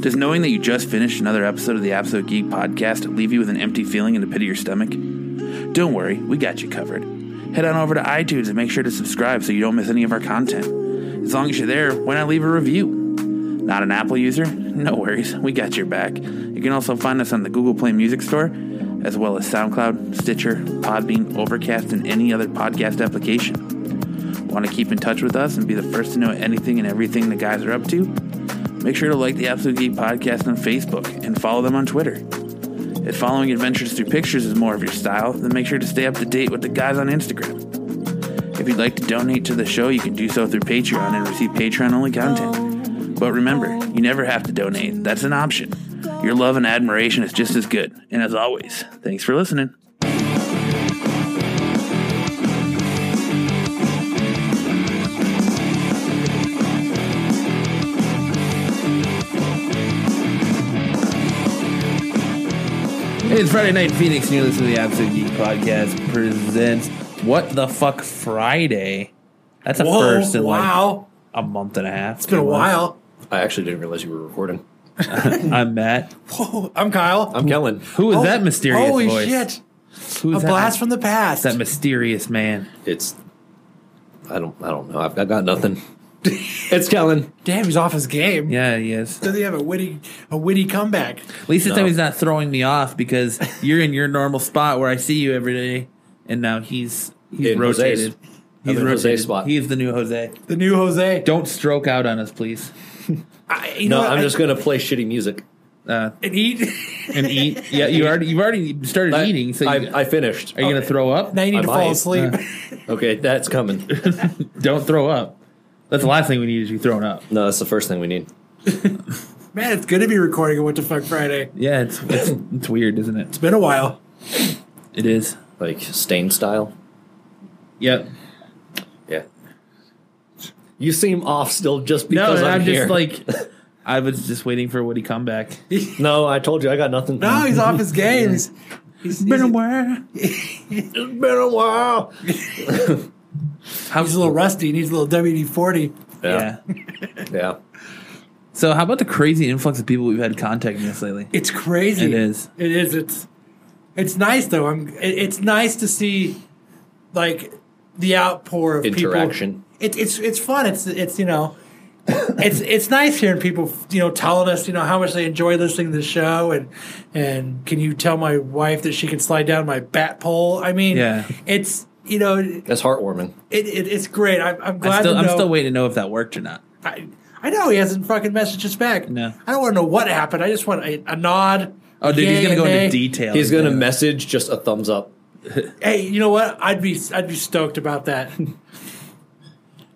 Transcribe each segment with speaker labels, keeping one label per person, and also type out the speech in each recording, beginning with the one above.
Speaker 1: Does knowing that you just finished another episode of the Absolute Geek podcast leave you with an empty feeling in the pit of your stomach? Don't worry, we got you covered. Head on over to iTunes and make sure to subscribe so you don't miss any of our content. As long as you're there, why not leave a review? Not an Apple user? No worries, we got your back. You can also find us on the Google Play Music Store, as well as SoundCloud, Stitcher, Podbean, Overcast, and any other podcast application. Want to keep in touch with us and be the first to know anything and everything the guys are up to? Make sure to like the Absolute Geek Podcast on Facebook and follow them on Twitter. If following adventures through pictures is more of your style, then make sure to stay up to date with the guys on Instagram. If you'd like to donate to the show, you can do so through Patreon and receive Patreon only content. But remember, you never have to donate, that's an option. Your love and admiration is just as good. And as always, thanks for listening.
Speaker 2: Hey, it's Friday Night Phoenix, and you're listening to the Absolute Geek Podcast presents What the Fuck Friday. That's a
Speaker 3: Whoa,
Speaker 2: first in like
Speaker 3: wow.
Speaker 2: a month and a half.
Speaker 3: It's been a while.
Speaker 4: I actually didn't realize you were recording.
Speaker 2: I'm Matt.
Speaker 3: Whoa, Oh, I'm Kyle.
Speaker 4: I'm Kellen.
Speaker 2: Who is
Speaker 3: Oh,
Speaker 2: that mysterious
Speaker 3: Holy
Speaker 2: voice?
Speaker 3: shit.
Speaker 2: Who
Speaker 3: A
Speaker 2: is that,
Speaker 3: blast from the past.
Speaker 2: that mysterious man?
Speaker 4: It's I don't I don't know. I've, I've got nothing. it's Kellen.
Speaker 3: Damn, he's off his game.
Speaker 2: Yeah, he is.
Speaker 3: Does he have a witty a witty comeback?
Speaker 2: At least this
Speaker 4: No.
Speaker 2: time he's not throwing me off because you're in your normal spot where I see you every day, and now he's he's
Speaker 4: In Jose's.
Speaker 2: rotated. He's
Speaker 4: in Jose's
Speaker 2: rotated.
Speaker 4: spot.
Speaker 2: He's the new Jose.
Speaker 3: The new Jose.
Speaker 2: Don't stroke out on us, please.
Speaker 3: I, you
Speaker 4: No,
Speaker 3: know what?
Speaker 4: I'm
Speaker 3: I-
Speaker 4: just gonna play shitty music.
Speaker 2: Uh,
Speaker 3: and he
Speaker 2: and eat. Yeah, you already you've already started
Speaker 4: I-
Speaker 2: eating. So you,
Speaker 4: I, I finished.
Speaker 2: Are you going to throw up?
Speaker 3: now you need
Speaker 4: I
Speaker 3: to
Speaker 4: might.
Speaker 3: fall
Speaker 2: Uh.
Speaker 3: asleep.
Speaker 4: Okay, that's coming.
Speaker 2: Don't throw up. That's the last thing we need is you throwing up.
Speaker 4: No, that's the first thing we need.
Speaker 3: Man, it's good to be recording a What the Fuck Friday.
Speaker 2: Yeah, it's it's, it's weird, isn't it?
Speaker 3: It's been a while.
Speaker 2: It is.
Speaker 4: Like stain style.
Speaker 2: Yep.
Speaker 4: Yeah. You seem off still just
Speaker 2: No,
Speaker 4: because
Speaker 2: and
Speaker 4: I'm,
Speaker 2: I'm
Speaker 4: here.
Speaker 2: just like I was just waiting for Woody comeback.
Speaker 4: no, I told you I got nothing.
Speaker 3: No, he's off his game. He's, he's, he's, he's
Speaker 2: while.
Speaker 4: it's been a while.
Speaker 3: a little rusty. He needs a little WD 40.
Speaker 4: Yeah,
Speaker 2: Yeah.
Speaker 4: yeah.
Speaker 2: So how about the crazy influx of people we've had contacting us lately?
Speaker 3: It's crazy.
Speaker 2: It is.
Speaker 3: It is. It's it's nice though. I'm. It, it's nice to see like the outpour of
Speaker 4: Interaction.
Speaker 3: People. It, it's it's fun. It's it's you know. it's it's nice hearing people you know telling us you know how much they enjoy listening to the show and and can you tell my wife that she can slide down my bat pole? I mean,
Speaker 2: Yeah.
Speaker 3: it's you know it,
Speaker 4: That's heartwarming.
Speaker 3: it it's great. I'm, I'm glad
Speaker 2: I still,
Speaker 3: to
Speaker 2: I'm
Speaker 3: know-
Speaker 2: still waiting to know if that worked or not.
Speaker 3: I, I know he hasn't fucking messaged us back.
Speaker 2: No.
Speaker 3: I don't want to know what happened. I just want a, a nod.
Speaker 2: Oh, dude, he's
Speaker 3: yay,
Speaker 2: going to go
Speaker 3: nay.
Speaker 2: into detail.
Speaker 4: He's gonna message just a thumbs up.
Speaker 3: Hey, you know what? I'd be I'd be stoked about that.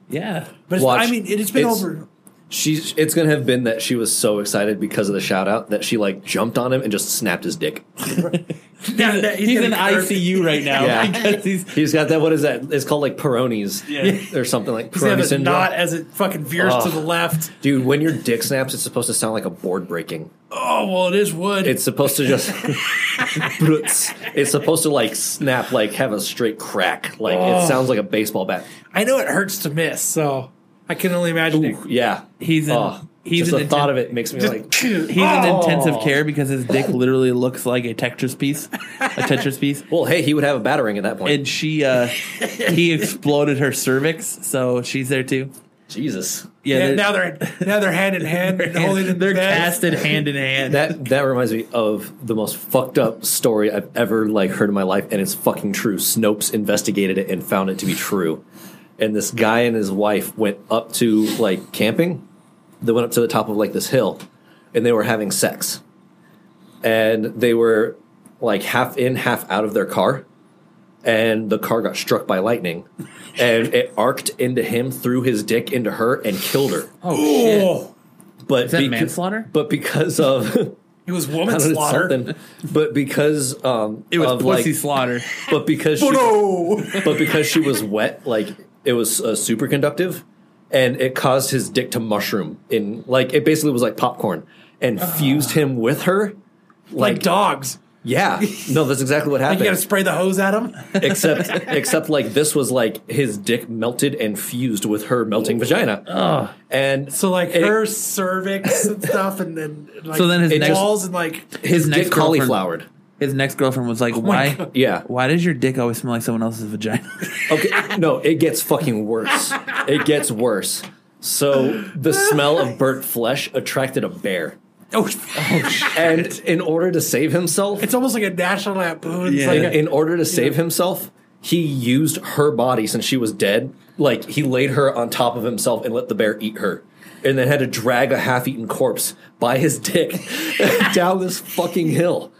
Speaker 2: Yeah.
Speaker 3: But it's,
Speaker 4: Watch.
Speaker 3: I mean, it, has been
Speaker 4: It's-
Speaker 3: over.
Speaker 4: She's it's gonna have been that she was so excited because of the shout out that she like jumped on him and just snapped his dick.
Speaker 3: Yeah, yeah,
Speaker 2: He's, in
Speaker 3: gonna curve.
Speaker 2: ICU right now
Speaker 4: Yeah.
Speaker 2: because he's
Speaker 4: He's got that what is that? It's called like Peroni's or something like
Speaker 3: He's gonna
Speaker 4: Peroni
Speaker 3: have a
Speaker 4: syndrome.
Speaker 3: knot as it fucking veers to
Speaker 4: Ugh.
Speaker 3: the left.
Speaker 4: Dude, when your dick snaps, it's supposed to sound like a board breaking.
Speaker 3: Oh well, it is wood.
Speaker 4: It's supposed to just Brutz. it's supposed to like snap like have a straight crack. Like it sounds like a baseball bat.
Speaker 3: I know it hurts to miss, so I can only imagine. it.
Speaker 4: Yeah.
Speaker 2: He's in-
Speaker 4: Oh,
Speaker 2: he's
Speaker 4: just
Speaker 2: in
Speaker 4: the thought of it makes me like
Speaker 2: He's in intensive care because his dick literally looks like a Tetris piece, a Tetris piece.
Speaker 4: well, hey, he would have a battering at that point.
Speaker 2: And she, uh, he exploded her cervix, so she's there too.
Speaker 4: Jesus.
Speaker 2: Yeah,
Speaker 3: Yeah,
Speaker 2: they're,
Speaker 3: now they're now they're hand in hand,
Speaker 2: they're,
Speaker 3: holding in
Speaker 2: they're
Speaker 3: bed.
Speaker 2: casted hand in hand.
Speaker 4: That that reminds me of the most fucked up story I've ever like heard in my life, and it's fucking true. Snopes investigated it and found it to be true. And this guy and his wife went up to like camping. They went up to the top of like this hill, and they were having sex. And they were like half in, half out of their car, and the car got struck by lightning, and it arced into him, through his dick into her, and killed her.
Speaker 2: oh shit!
Speaker 3: Oh,
Speaker 4: But
Speaker 2: that
Speaker 4: beca-
Speaker 2: manslaughter?
Speaker 4: But because of
Speaker 3: it was
Speaker 4: I
Speaker 3: woman
Speaker 4: don't know,
Speaker 3: slaughter.
Speaker 4: something. But because um,
Speaker 2: It was
Speaker 4: of,
Speaker 2: pussy
Speaker 4: like,
Speaker 2: slaughter.
Speaker 4: but because she,
Speaker 3: Oh,
Speaker 4: but because she was wet, like it was uh, super conductive, and it caused his dick to mushroom
Speaker 2: Ah.
Speaker 4: in like it basically was like popcorn and fused him with her,
Speaker 3: like dogs.
Speaker 4: Yeah, no, that's exactly what
Speaker 3: Like you got to
Speaker 4: happened.
Speaker 3: spray the hose at him.
Speaker 4: except, except like this was like his dick melted and fused with her melting vagina,
Speaker 2: Ah.
Speaker 4: and
Speaker 3: So like
Speaker 4: it-
Speaker 3: her cervix and stuff, and then like,
Speaker 2: So then his
Speaker 3: it
Speaker 2: next-
Speaker 3: balls and like
Speaker 2: His
Speaker 4: dick
Speaker 2: next girlfriend,
Speaker 4: cauliflowered.
Speaker 2: his next girlfriend was like, "Why?
Speaker 4: Yeah.
Speaker 2: Why does your dick always smell like someone else's vagina?"
Speaker 4: Okay, no, it gets fucking worse. It gets worse. So the smell of burnt flesh attracted a bear,
Speaker 3: oh,
Speaker 4: and in order to save himself,
Speaker 3: it's almost like a national lampoon.
Speaker 2: Yeah.
Speaker 3: It's like
Speaker 4: in,
Speaker 3: a,
Speaker 4: in order to save himself, he used her body since she was dead. Like he laid her on top of himself and let the bear eat her, and then had to drag a half-eaten corpse by his dick down this fucking hill.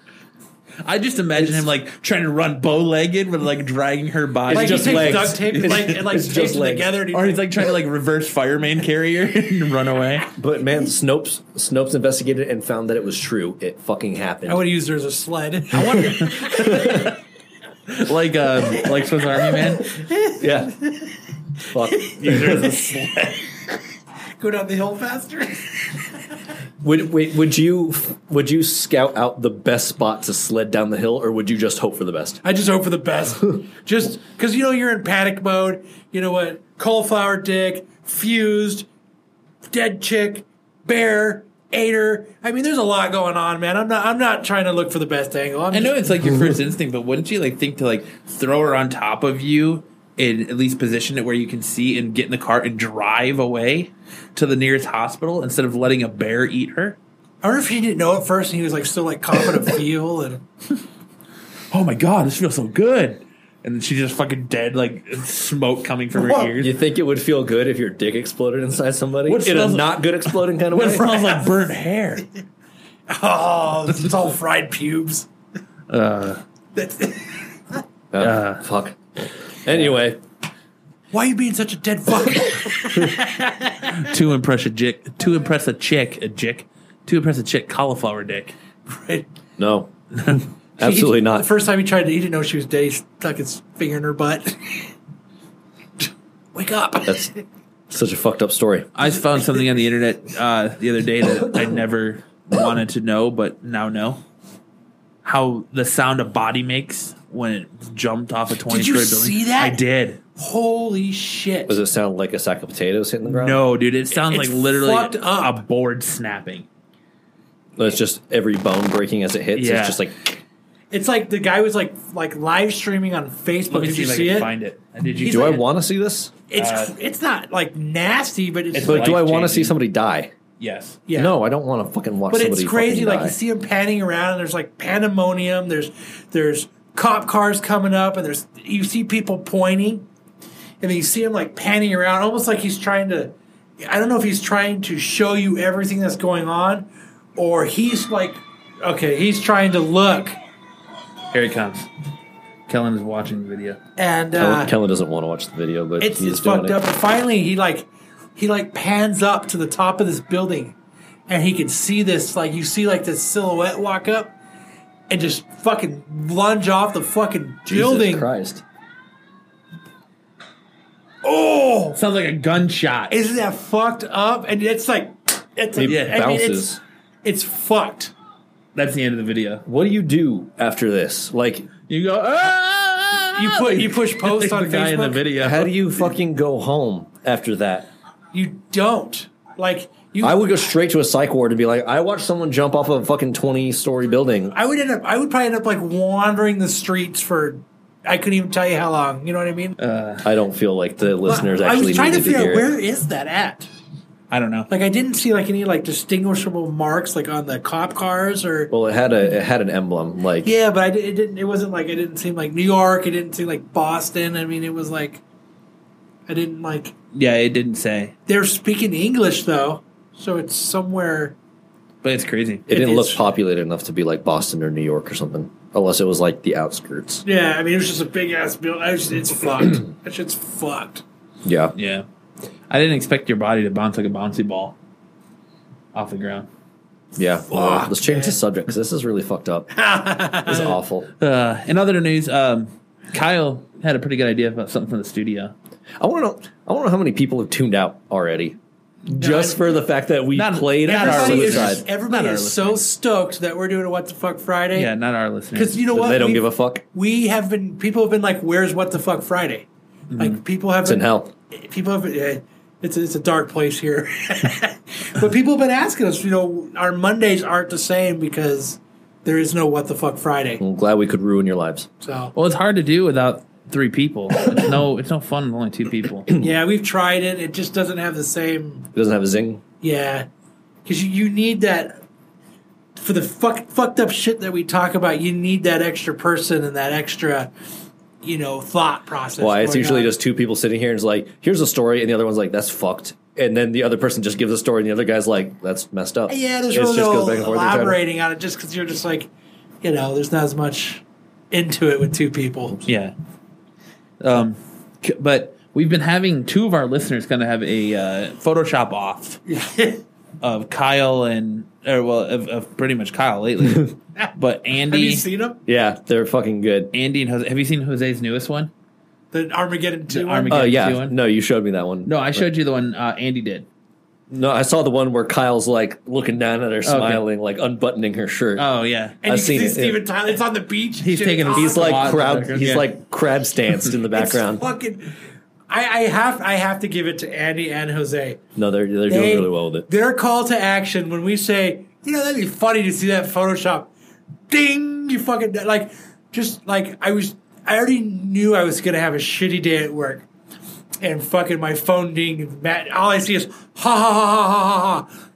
Speaker 2: I just imagine him like trying to run bow-legged, but like dragging her body.
Speaker 3: like
Speaker 4: just
Speaker 3: he takes
Speaker 4: legs.
Speaker 3: duct tape, and, like and, like
Speaker 4: It's
Speaker 3: tapes
Speaker 4: just
Speaker 3: them
Speaker 4: legs.
Speaker 3: together, and he,
Speaker 2: or he's like trying to like reverse fireman carrier and run away.
Speaker 4: But man, Snopes Snopes investigated and found that it was true. It fucking happened.
Speaker 3: I would have used her as a sled.
Speaker 2: Like uh like Swiss Army man.
Speaker 4: yeah. Fuck.
Speaker 3: Go down the hill faster.
Speaker 4: Would wait, would you would you scout out the best spot to sled down the hill, or would you just hope for the best?
Speaker 3: I just hope for the best. just because you know you're in panic mode. You know what? Cauliflower dick, fused, dead chick, bear, ate her. I mean, there's a lot going on, man. I'm not. I'm not trying to look for the best angle. I'm
Speaker 2: I know
Speaker 3: just-
Speaker 2: it's like your first instinct, but wouldn't you like think to like throw her on top of you and at least position it where you can see and get in the car and drive away to the nearest hospital instead of letting a bear eat her?
Speaker 3: I wonder if he didn't know at first, and he was like still like coughing a feel and.
Speaker 2: Oh my god, this feels so good. And then she's just fucking dead, like smoke coming from her
Speaker 3: Whoa.
Speaker 2: ears.
Speaker 4: You think it would feel good if your dick exploded inside somebody
Speaker 2: What
Speaker 4: in a
Speaker 2: smells-
Speaker 4: not good exploding kind of
Speaker 2: What
Speaker 4: way?
Speaker 2: smells like burnt hair?
Speaker 3: Oh, it's all fried pubes.
Speaker 4: Uh, Oh, fuck. Anyway,
Speaker 3: Why are you being such a dead fuck?
Speaker 2: to impress a chick, to impress a chick, a chick, to impress a chick, cauliflower dick.
Speaker 3: Right.
Speaker 4: no, absolutely
Speaker 3: He- The
Speaker 4: not.
Speaker 3: first time he tried to, he didn't know she was dead. He stuck his finger in her butt. Wake up.
Speaker 4: That's such a fucked up story.
Speaker 2: I found something on the internet uh, the other day that I never wanted to know, but now know. How the sound a body makes when it jumped off a twenty-story
Speaker 3: you
Speaker 2: building.
Speaker 3: see that?
Speaker 2: I did.
Speaker 3: Holy shit.
Speaker 4: Does it sound like a sack of potatoes hitting the ground?
Speaker 2: No, dude, it sounds
Speaker 3: It's
Speaker 2: like literally
Speaker 3: fucked
Speaker 2: a
Speaker 3: up.
Speaker 2: board snapping.
Speaker 4: No, it's just every bone breaking as it hits.
Speaker 2: Yeah.
Speaker 4: It's just like
Speaker 3: It's like the guy was like like live streaming on Facebook.
Speaker 2: Let me
Speaker 3: Did
Speaker 2: see
Speaker 3: you
Speaker 2: if I
Speaker 3: see
Speaker 2: can
Speaker 3: it?
Speaker 2: find it. And did you?
Speaker 3: He's
Speaker 4: do I
Speaker 3: like-
Speaker 4: want to see this?
Speaker 3: It's it's not like nasty, but it's,
Speaker 2: It's
Speaker 4: Like, do I want to
Speaker 2: Life-changing.
Speaker 4: see somebody die?
Speaker 2: yes.
Speaker 3: yeah.
Speaker 4: No, I don't want to fucking watch
Speaker 3: but
Speaker 4: somebody.
Speaker 3: it's crazy.
Speaker 4: fucking
Speaker 3: Like
Speaker 4: die.
Speaker 3: you see him panning around, and there's like pandemonium. There's there's cop cars coming up, and there's you see people pointing, and then you see him like panning around, almost like he's trying to. I don't know if he's trying to show you everything that's going on, or he's like, okay, he's trying to look,
Speaker 2: Here he comes. Kellen is watching the video.
Speaker 3: and uh,
Speaker 4: Kellen, Kellen doesn't want to watch the video, but
Speaker 3: it's
Speaker 4: he's
Speaker 3: it's
Speaker 4: doing
Speaker 3: fucked
Speaker 4: it.
Speaker 3: up. And finally, he like he like pans up to the top of this building, and he can see this like you see like this silhouette walk up, and just fucking lunge off the fucking
Speaker 4: Jesus
Speaker 3: building.
Speaker 4: Christ.
Speaker 3: Oh,
Speaker 2: Sounds like a gunshot.
Speaker 3: isn't that fucked up? And it's like it's
Speaker 4: It
Speaker 2: Yeah.
Speaker 3: I mean,
Speaker 4: bounces.
Speaker 3: it's, it's fucked.
Speaker 2: That's the end of the video.
Speaker 4: what do you do after this? Like,
Speaker 2: You go. "Ah!"
Speaker 3: You put you push
Speaker 2: Like
Speaker 3: post
Speaker 2: the
Speaker 3: on
Speaker 2: guy in the
Speaker 3: Facebook.
Speaker 2: video.
Speaker 4: how do you fucking go home after that?
Speaker 3: You don't like you.
Speaker 4: I would go straight to a psych ward and be like, I watched someone jump off a fucking 20 story building.
Speaker 3: I would end up. I would probably end up like wandering the streets for. I couldn't even tell you how long. You know what I mean?
Speaker 4: I don't feel like the listeners
Speaker 3: I
Speaker 4: actually
Speaker 3: was trying to
Speaker 4: needed to,
Speaker 3: figure out
Speaker 4: hear
Speaker 3: where
Speaker 4: it.
Speaker 3: is that at.
Speaker 2: I don't know.
Speaker 3: Like I didn't see like any like distinguishable marks like on the cop cars or
Speaker 4: Well, it had a it had an emblem. Like,
Speaker 3: yeah, but I di- it didn't. It wasn't like it didn't seem like New York. It didn't seem like Boston. I mean, it was like I didn't like
Speaker 2: Yeah, it didn't say,
Speaker 3: they're speaking English though, so it's somewhere.
Speaker 2: but it's crazy.
Speaker 3: it
Speaker 4: it, didn't look
Speaker 3: is-
Speaker 4: populated enough to be like Boston or New York or something, unless it was like the outskirts.
Speaker 3: Yeah, I mean it was just a big ass building. I was- It's fucked. That shit's fucked.
Speaker 4: Yeah.
Speaker 2: Yeah, I didn't expect your body to bounce like a bouncy ball off the ground.
Speaker 4: Yeah. Well,
Speaker 3: Fuck,
Speaker 4: let's change the
Speaker 3: man.
Speaker 4: subject because this is really fucked up. It's awful.
Speaker 2: Uh, in other news, um, Kyle had a pretty good idea about something from the studio.
Speaker 4: I want to know. I want to know how many people have tuned out already. just for the fact that we
Speaker 2: Not-
Speaker 4: played
Speaker 2: not
Speaker 4: our
Speaker 2: our
Speaker 3: Everybody is,
Speaker 4: suicide.
Speaker 2: listeners.
Speaker 3: just- everybody
Speaker 2: Not our
Speaker 3: is so stoked that we're doing a What the Fuck Friday.
Speaker 2: Yeah, not our listeners.
Speaker 3: Because you know what?
Speaker 4: They don't
Speaker 3: We've-
Speaker 4: give a fuck.
Speaker 3: We have been, people have been like, where's What the Fuck Friday? Like, people have
Speaker 4: Mm-hmm. It's in hell.
Speaker 3: people have eh, it's a, it's a dark place here but people have been asking us you know our mondays aren't the same because there is no what the fuck friday
Speaker 4: I'm glad we could ruin your lives.
Speaker 3: so
Speaker 2: well, it's hard to do without three people. It's no, it's no fun with only two people.
Speaker 3: yeah we've tried it it just doesn't have the same
Speaker 4: It doesn't have a zing.
Speaker 3: yeah because you, you need that for the fuck, fucked up shit that we talk about you need that extra person and that extra you know thought process
Speaker 4: Why? It's
Speaker 3: going
Speaker 4: usually
Speaker 3: on.
Speaker 4: just two people sitting here and it's like, here's a story, and the other one's like, that's fucked. And then the other person just gives a story, and the other guy's like, that's messed up.
Speaker 3: yeah there's
Speaker 4: It's
Speaker 3: really
Speaker 4: just
Speaker 3: no
Speaker 4: goes back and forth every time.
Speaker 3: elaborating on it just because you're just like you know there's not as much into it with two people
Speaker 2: Yeah. Um, c- but we've been having two of our listeners going to have a uh, Photoshop off of Kyle and, or well, of, of pretty much Kyle lately. but
Speaker 3: Have you
Speaker 2: Andy,
Speaker 3: seen them?
Speaker 4: Yeah, they're fucking good.
Speaker 2: Andy and Jose, have you seen Jose's newest one?
Speaker 3: The Armageddon two.
Speaker 2: The
Speaker 3: one?
Speaker 2: Armageddon-
Speaker 4: Uh,
Speaker 2: Yeah, you
Speaker 4: yeah.
Speaker 2: want-
Speaker 4: No, you showed me that one.
Speaker 2: No, I showed you the one uh, Andy did.
Speaker 4: No, I saw the one where Kyle's like looking down
Speaker 3: Oh,
Speaker 4: at her, smiling, like unbuttoning her shirt.
Speaker 2: Oh yeah,
Speaker 3: and
Speaker 4: I've
Speaker 3: you
Speaker 4: seen
Speaker 3: can
Speaker 4: it,
Speaker 3: see Steven
Speaker 4: yeah.
Speaker 3: Tyler. It's on the beach.
Speaker 2: He's
Speaker 3: Shit,
Speaker 2: taking
Speaker 3: it's
Speaker 2: a-
Speaker 4: he's
Speaker 3: awesome.
Speaker 4: like
Speaker 2: Lots of
Speaker 4: crowd.
Speaker 2: other-
Speaker 4: He's
Speaker 2: yeah.
Speaker 4: like crab stanced in the
Speaker 3: It's
Speaker 4: background.
Speaker 3: fucking. I, I have I have to give it to Andy and Jose.
Speaker 4: No, they're
Speaker 3: They-
Speaker 4: they're doing really well with it.
Speaker 3: Their call to action when we say, you know, that'd be funny to see that Photoshop. Ding! You fucking like, just like I was. I already knew I was gonna have a shitty day at work, and fucking my phone ding. And Matt, all I see is ha ha ha ha ha ha ha.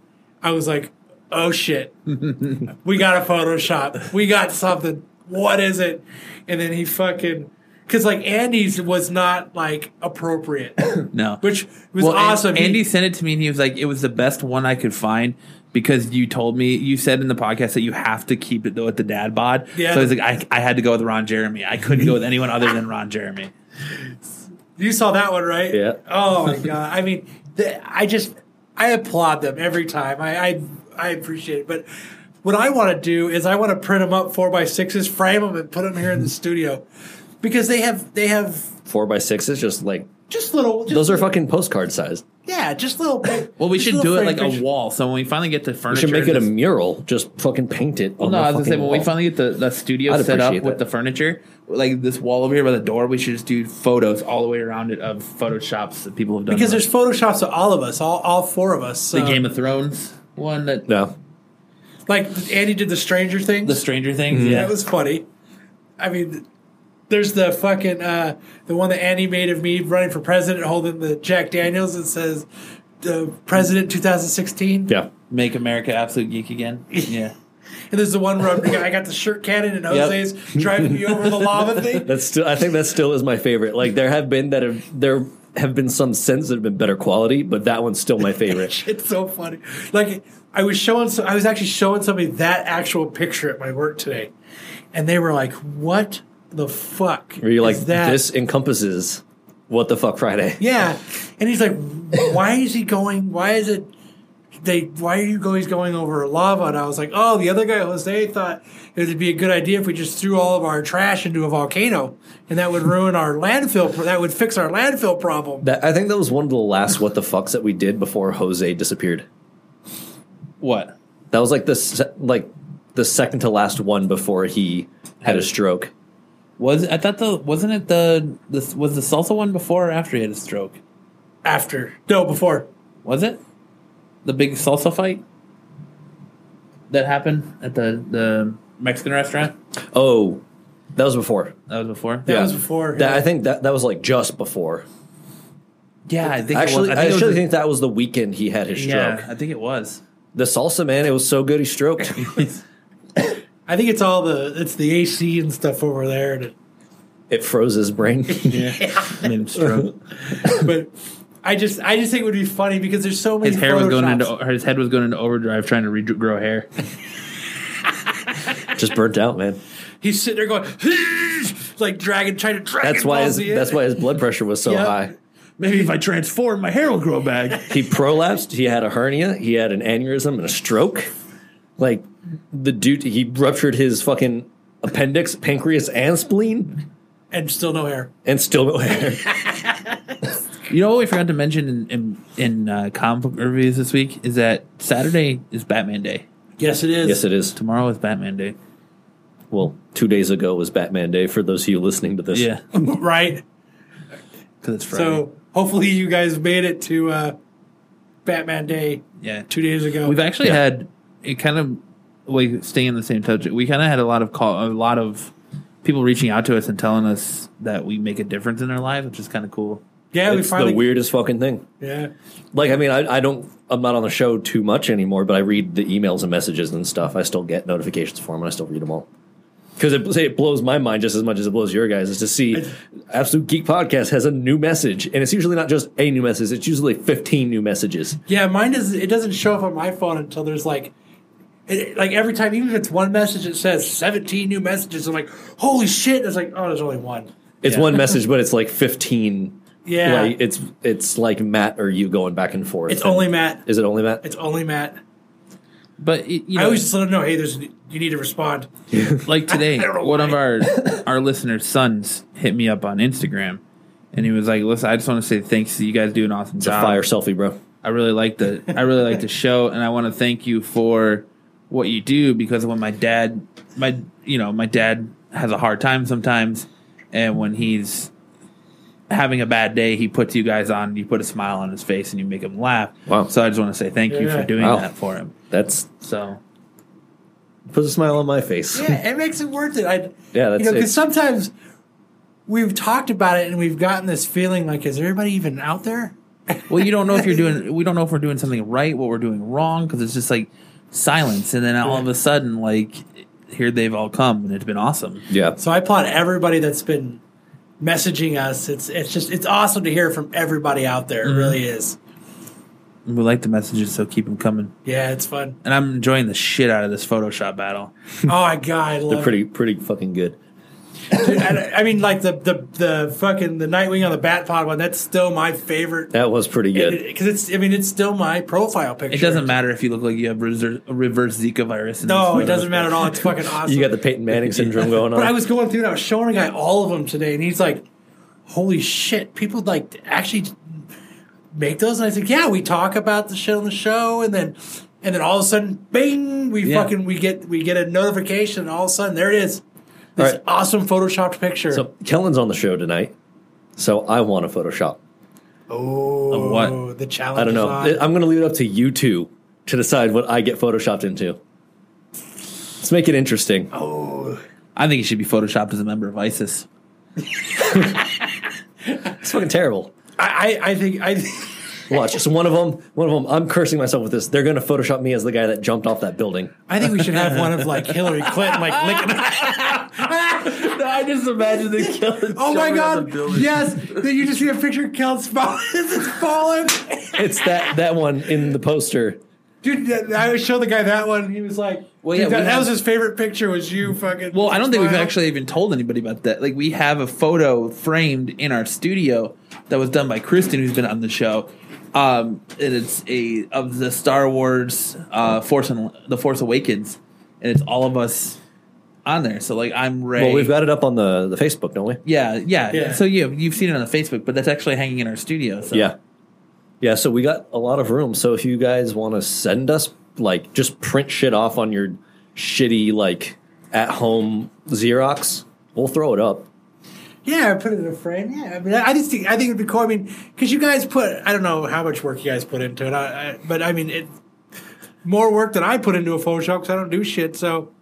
Speaker 3: I was like, oh shit, we got a Photoshop. We got something. What is it? And then he fucking. Because like Andy's was not like appropriate,
Speaker 2: no,
Speaker 3: which was
Speaker 2: Well, An-
Speaker 3: awesome. He-
Speaker 2: Andy sent it to me, and he was like, "It was the best one I could find." Because you told me, you said in the podcast that you have to keep it with the dad bod.
Speaker 3: Yeah.
Speaker 2: So I was like, I, I had to go with Ron Jeremy. I couldn't go with anyone other than Ron Jeremy.
Speaker 3: You saw that one, right?
Speaker 4: Yeah.
Speaker 3: Oh my god! I mean, the, I just I applaud them every time. I I, I appreciate it. But what I want to do is I want to print them up four by sixes, frame them, and put them here in the studio because they have they have
Speaker 4: Four by six is just like
Speaker 3: just little. Just,
Speaker 4: those are fucking postcard size.
Speaker 3: yeah, just little.
Speaker 2: Well, we
Speaker 3: just
Speaker 2: should
Speaker 3: little
Speaker 2: do it
Speaker 3: frame
Speaker 2: like a
Speaker 3: pictures.
Speaker 2: wall. So when we finally get the
Speaker 4: You
Speaker 2: furniture,
Speaker 4: should make it a
Speaker 2: this-
Speaker 4: mural. Just fucking paint it. On
Speaker 2: no,
Speaker 4: the
Speaker 2: I was gonna say
Speaker 4: fucking
Speaker 2: when we
Speaker 4: wall.
Speaker 2: finally get the, the studio
Speaker 4: I'd
Speaker 2: set up
Speaker 4: appreciate
Speaker 2: with
Speaker 4: that.
Speaker 2: the furniture, like this wall over here by the door, we should just do photos all the way around it of photoshops that people have done
Speaker 3: because
Speaker 2: of
Speaker 3: there's photoshops of all of us, all all four of us. So.
Speaker 2: the Game of Thrones one that
Speaker 4: no,
Speaker 3: like Andy did the Stranger Things.
Speaker 2: the Stranger Things.
Speaker 4: Mm-hmm.
Speaker 2: Yeah,
Speaker 3: That was funny. I mean, there's the fucking uh, the one that Annie made of me running for president, holding the Jack Daniels that says the president 2016.
Speaker 4: yeah,
Speaker 2: Make America Absolute Geek again. Yeah.
Speaker 3: And there's the one where I'm- i got the shirt cannon and Jose's driving me over the lava thing.
Speaker 4: that's still. I think that still is my favorite. Like there have been that have there have been some sets that have been better quality, but that one's still my favorite.
Speaker 3: It's so funny. Like I was showing, so, I was actually showing somebody that actual picture at my work today, and they were like, "What the fuck?"
Speaker 4: Where you're like,
Speaker 3: is that?
Speaker 4: this encompasses what the fuck Friday.
Speaker 3: Yeah, and he's like, "Why is he going? Why is it? They? Why are you guys going over lava?" And I was like, "Oh, the other guy, Jose, thought it would be a good idea if we just threw all of our trash into a volcano, and that would ruin our landfill. That would fix our landfill problem."
Speaker 4: That I think that was one of the last what the fucks that we did before Jose disappeared.
Speaker 2: What?
Speaker 4: That was like the se- like the second to last one before he had a stroke.
Speaker 2: Was I thought the wasn't it the this was the salsa one before or after he had a stroke?
Speaker 3: After no, before
Speaker 2: Was it the big salsa fight that happened at the the Mexican restaurant?
Speaker 4: Oh, that was before.
Speaker 2: That was before.
Speaker 3: that
Speaker 4: Yeah.
Speaker 3: was before.
Speaker 4: That, I think that that was like just before.
Speaker 2: Yeah, I think
Speaker 4: Actually,
Speaker 2: it was.
Speaker 4: I,
Speaker 2: it was
Speaker 4: actually
Speaker 2: a-
Speaker 4: think that was the weekend he had his
Speaker 2: yeah,
Speaker 4: stroke.
Speaker 2: I think it was.
Speaker 4: The salsa man, it was so good he stroked.
Speaker 3: I think it's all the it's the AC and stuff over there. that-
Speaker 4: it froze his brain.
Speaker 2: I mean, stroke.
Speaker 3: but I just I just think it would be funny because there's so many.
Speaker 2: His hair was going
Speaker 3: Photoshops.
Speaker 2: into his head was going into overdrive trying to regrow hair.
Speaker 4: Just burnt out, man.
Speaker 3: He's sitting there going like dragon, trying to dragon.
Speaker 4: That's why
Speaker 3: Ball
Speaker 4: his
Speaker 3: Z it.
Speaker 4: that's why his blood pressure was so
Speaker 3: Yeah.
Speaker 4: high.
Speaker 2: Maybe if I transform, my hair will grow back.
Speaker 4: He prolapsed. He had a hernia. He had an aneurysm and a stroke. Like the dude, he ruptured his fucking appendix, pancreas, and spleen,
Speaker 3: and still no hair.
Speaker 4: and still no hair.
Speaker 2: You know what we forgot to mention in in, in uh, comic book reviews this week is that Saturday is Batman Day.
Speaker 3: Yes, it is.
Speaker 4: Yes, it is.
Speaker 2: Tomorrow is Batman Day.
Speaker 4: Well, two days ago was Batman Day for those of you listening to this.
Speaker 2: Yeah,
Speaker 3: right.
Speaker 2: because it's Friday.
Speaker 3: So hopefully you guys made it to uh, Batman Day
Speaker 2: yeah,
Speaker 3: two days ago.
Speaker 2: We've actually
Speaker 4: Yeah.
Speaker 2: had it kind of like staying in the same touch. We kind of had a lot of call, a lot of people reaching out to us and telling us that we make a difference in their lives, which is kind of cool.
Speaker 3: yeah, we
Speaker 4: It's
Speaker 3: finally.
Speaker 4: the weirdest fucking thing.
Speaker 3: yeah,
Speaker 4: Like, I mean, I, I don't, I'm not on the show too much anymore, but I read the emails and messages and stuff. I still get notifications for them and I still read them all. Because it, say it blows my mind just as much as it blows your guys' is to see Absolute Geek Podcast has a new message. And it's usually not just a new message, it's usually 15 new messages.
Speaker 3: yeah. Mine is. It doesn't show up on my phone until there's like. It, like every time, even if it's one message, it says 17 new messages. I'm like, holy shit. It's like, oh, there's only one.
Speaker 4: It's one message, but it's like 15.
Speaker 3: Yeah.
Speaker 4: Like, it's, it's like Matt or you going back and forth.
Speaker 3: It's
Speaker 4: And-
Speaker 3: only Matt.
Speaker 4: Is it only Matt?
Speaker 3: It's only Matt.
Speaker 2: But it, you know,
Speaker 3: I always just let him know, hey, there's you need to respond.
Speaker 2: like today,
Speaker 3: I don't know
Speaker 2: one of
Speaker 3: why.
Speaker 2: our our listeners' sons hit me up on Instagram, and he was like, "Listen, I just want to say thanks. You guys do an awesome
Speaker 4: It's a
Speaker 2: job.
Speaker 4: fire selfie, bro.
Speaker 2: I really like the I really like the show, and I want to thank you for what you do because when my dad my you know my dad has a hard time sometimes, and when he's having a bad day, he puts you guys on. You put a smile on his face, and you make him laugh.
Speaker 4: Wow.
Speaker 2: So I just want to say thank you for
Speaker 3: Yeah.
Speaker 2: doing
Speaker 4: Wow.
Speaker 2: that for him.
Speaker 4: That's
Speaker 2: So
Speaker 4: puts a smile on my face.
Speaker 3: Yeah, it makes it worth it. I,
Speaker 4: Yeah, that's
Speaker 3: you know,
Speaker 4: it.
Speaker 3: because sometimes we've talked about it and we've gotten this feeling like, is everybody even out there?
Speaker 2: well, you don't know if you're doing. We don't know if we're doing something right, what we're doing wrong, because it's just like silence, and then all of a sudden, like here they've all come, and it's been awesome.
Speaker 4: Yeah.
Speaker 3: So I applaud everybody that's been messaging us. It's it's just it's awesome to hear from everybody out there.
Speaker 4: Mm-hmm.
Speaker 3: It really is.
Speaker 2: And we like the messages, so keep them coming.
Speaker 3: Yeah, it's fun.
Speaker 2: and I'm enjoying the shit out of this Photoshop battle.
Speaker 3: oh my god, I love
Speaker 4: They're pretty pretty fucking good.
Speaker 3: it. And I, I mean, like the the the fucking the Nightwing on the Batpod one. That's still my favorite
Speaker 4: That was pretty good.
Speaker 3: because it's. I mean, it's still my profile picture.
Speaker 2: It doesn't matter if you look like you have reser- a reverse Zika virus. In
Speaker 3: No,
Speaker 2: this
Speaker 3: it
Speaker 2: photo.
Speaker 3: doesn't matter at all. It's fucking awesome.
Speaker 4: you got the Peyton Manning syndrome going on.
Speaker 3: But I was going through and I was showing a guy all of them today, and he's like, "Holy shit! People like actually make those." And I said, "Yeah, we talk about the shit on the show, and then and then all of a sudden, bing! We
Speaker 2: Yeah.
Speaker 3: fucking we get we get a notification, and all of a sudden, there it is,
Speaker 4: All
Speaker 3: this
Speaker 4: right.
Speaker 3: awesome photoshopped picture.
Speaker 4: so Kellen's on the show tonight, so I want to Photoshop.
Speaker 3: oh,
Speaker 2: what?
Speaker 3: the challenge?
Speaker 4: I don't know.
Speaker 3: is on.
Speaker 4: I'm going to leave it up to you two to decide what I get photoshopped into. Let's make it interesting.
Speaker 3: Oh.
Speaker 2: I think it should be photoshopped as a member of ISIS.
Speaker 4: It's fucking terrible.
Speaker 3: I, I I think I
Speaker 4: Watch, just one of them. One of them. I'm cursing myself with this. They're going to Photoshop me as the guy that jumped off that building.
Speaker 3: I think we should have one of like Hillary Clinton like licking.
Speaker 2: I just imagine the killer.
Speaker 3: Oh my god! Yes, then you just see a picture of Kel's falling. it's falling.
Speaker 4: It's that that one in the poster.
Speaker 3: Dude, that- I always show the guy that one. He was like,
Speaker 2: Well,
Speaker 3: dude,
Speaker 2: yeah, we
Speaker 3: that, that
Speaker 2: have-
Speaker 3: was his favorite picture. Was you fucking?
Speaker 2: Well, I don't think we've
Speaker 3: smile.
Speaker 2: actually even told anybody about that. Like, we have a photo framed in our studio that was done by Kristen, who's been on the show. Um, and it's a of the Star Wars uh, Force and the Force Awakens, and it's all of us on there. So, like, I'm Ray.
Speaker 4: Well, we've got it up on the the Facebook, don't we?
Speaker 2: Yeah, yeah.
Speaker 3: Yeah.
Speaker 2: So you you've seen it on the Facebook, but that's actually hanging in our studio. So.
Speaker 4: Yeah. Yeah, so we got a lot of room. So if you guys want to send us like just print shit off on your shitty like at home Xerox, we'll throw it up.
Speaker 3: Yeah, I put it in a frame. Yeah, I mean, I I just think I think it'd be cool. I mean, because you guys put, I don't know how much work you guys put into it, I, I, but I mean, it more work than I put into a Photoshop because I don't do shit. So,